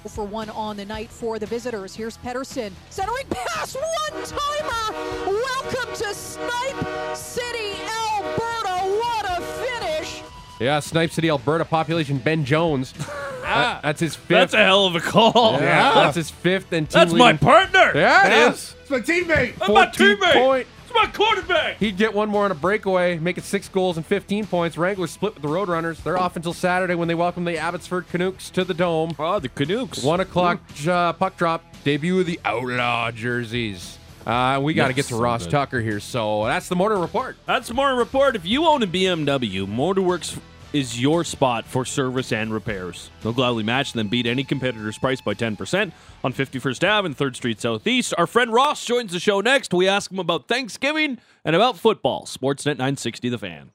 Speaker 15: for one on the night for the visitors. Here's Pedersen. Centering pass, one timer. Welcome to Snipe City, Alberta. What a finish.
Speaker 6: Yeah, Snipe City, Alberta population Ben Jones. That- that's his fifth.
Speaker 11: That's a hell of a call.
Speaker 6: Oh,
Speaker 11: Yeah.
Speaker 6: Yeah, that's his fifth and team
Speaker 11: That's my
Speaker 6: leading-
Speaker 11: partner.
Speaker 6: Yeah, it
Speaker 11: Yeah.
Speaker 6: is.
Speaker 5: (laughs) It's my teammate.
Speaker 11: That's my
Speaker 6: 14
Speaker 11: teammate.
Speaker 6: point.
Speaker 11: It's my quarterback.
Speaker 6: He'd get one more on a breakaway, make it six goals and 15 points. Wranglers split with the Roadrunners. They're off until Saturday when they welcome the Abbotsford Canucks to the Dome.
Speaker 11: Oh, the Canucks.
Speaker 6: One o'clock
Speaker 11: Mm-hmm.
Speaker 6: uh, puck drop, debut of the Outlaw jerseys. Uh, we got to
Speaker 11: Yes,
Speaker 6: get to
Speaker 11: so
Speaker 6: Ross
Speaker 11: good.
Speaker 6: Tucker here, so that's the Mortar Report.
Speaker 11: That's Morning Report. If you own a BMW, Motorworks is your spot for service and repairs. They'll gladly match and then beat any competitor's price by 10% on 51st Ave and 3rd Street Southeast. Our friend Ross joins the show next. We ask him about Thanksgiving and about football. Sportsnet 960, the fan.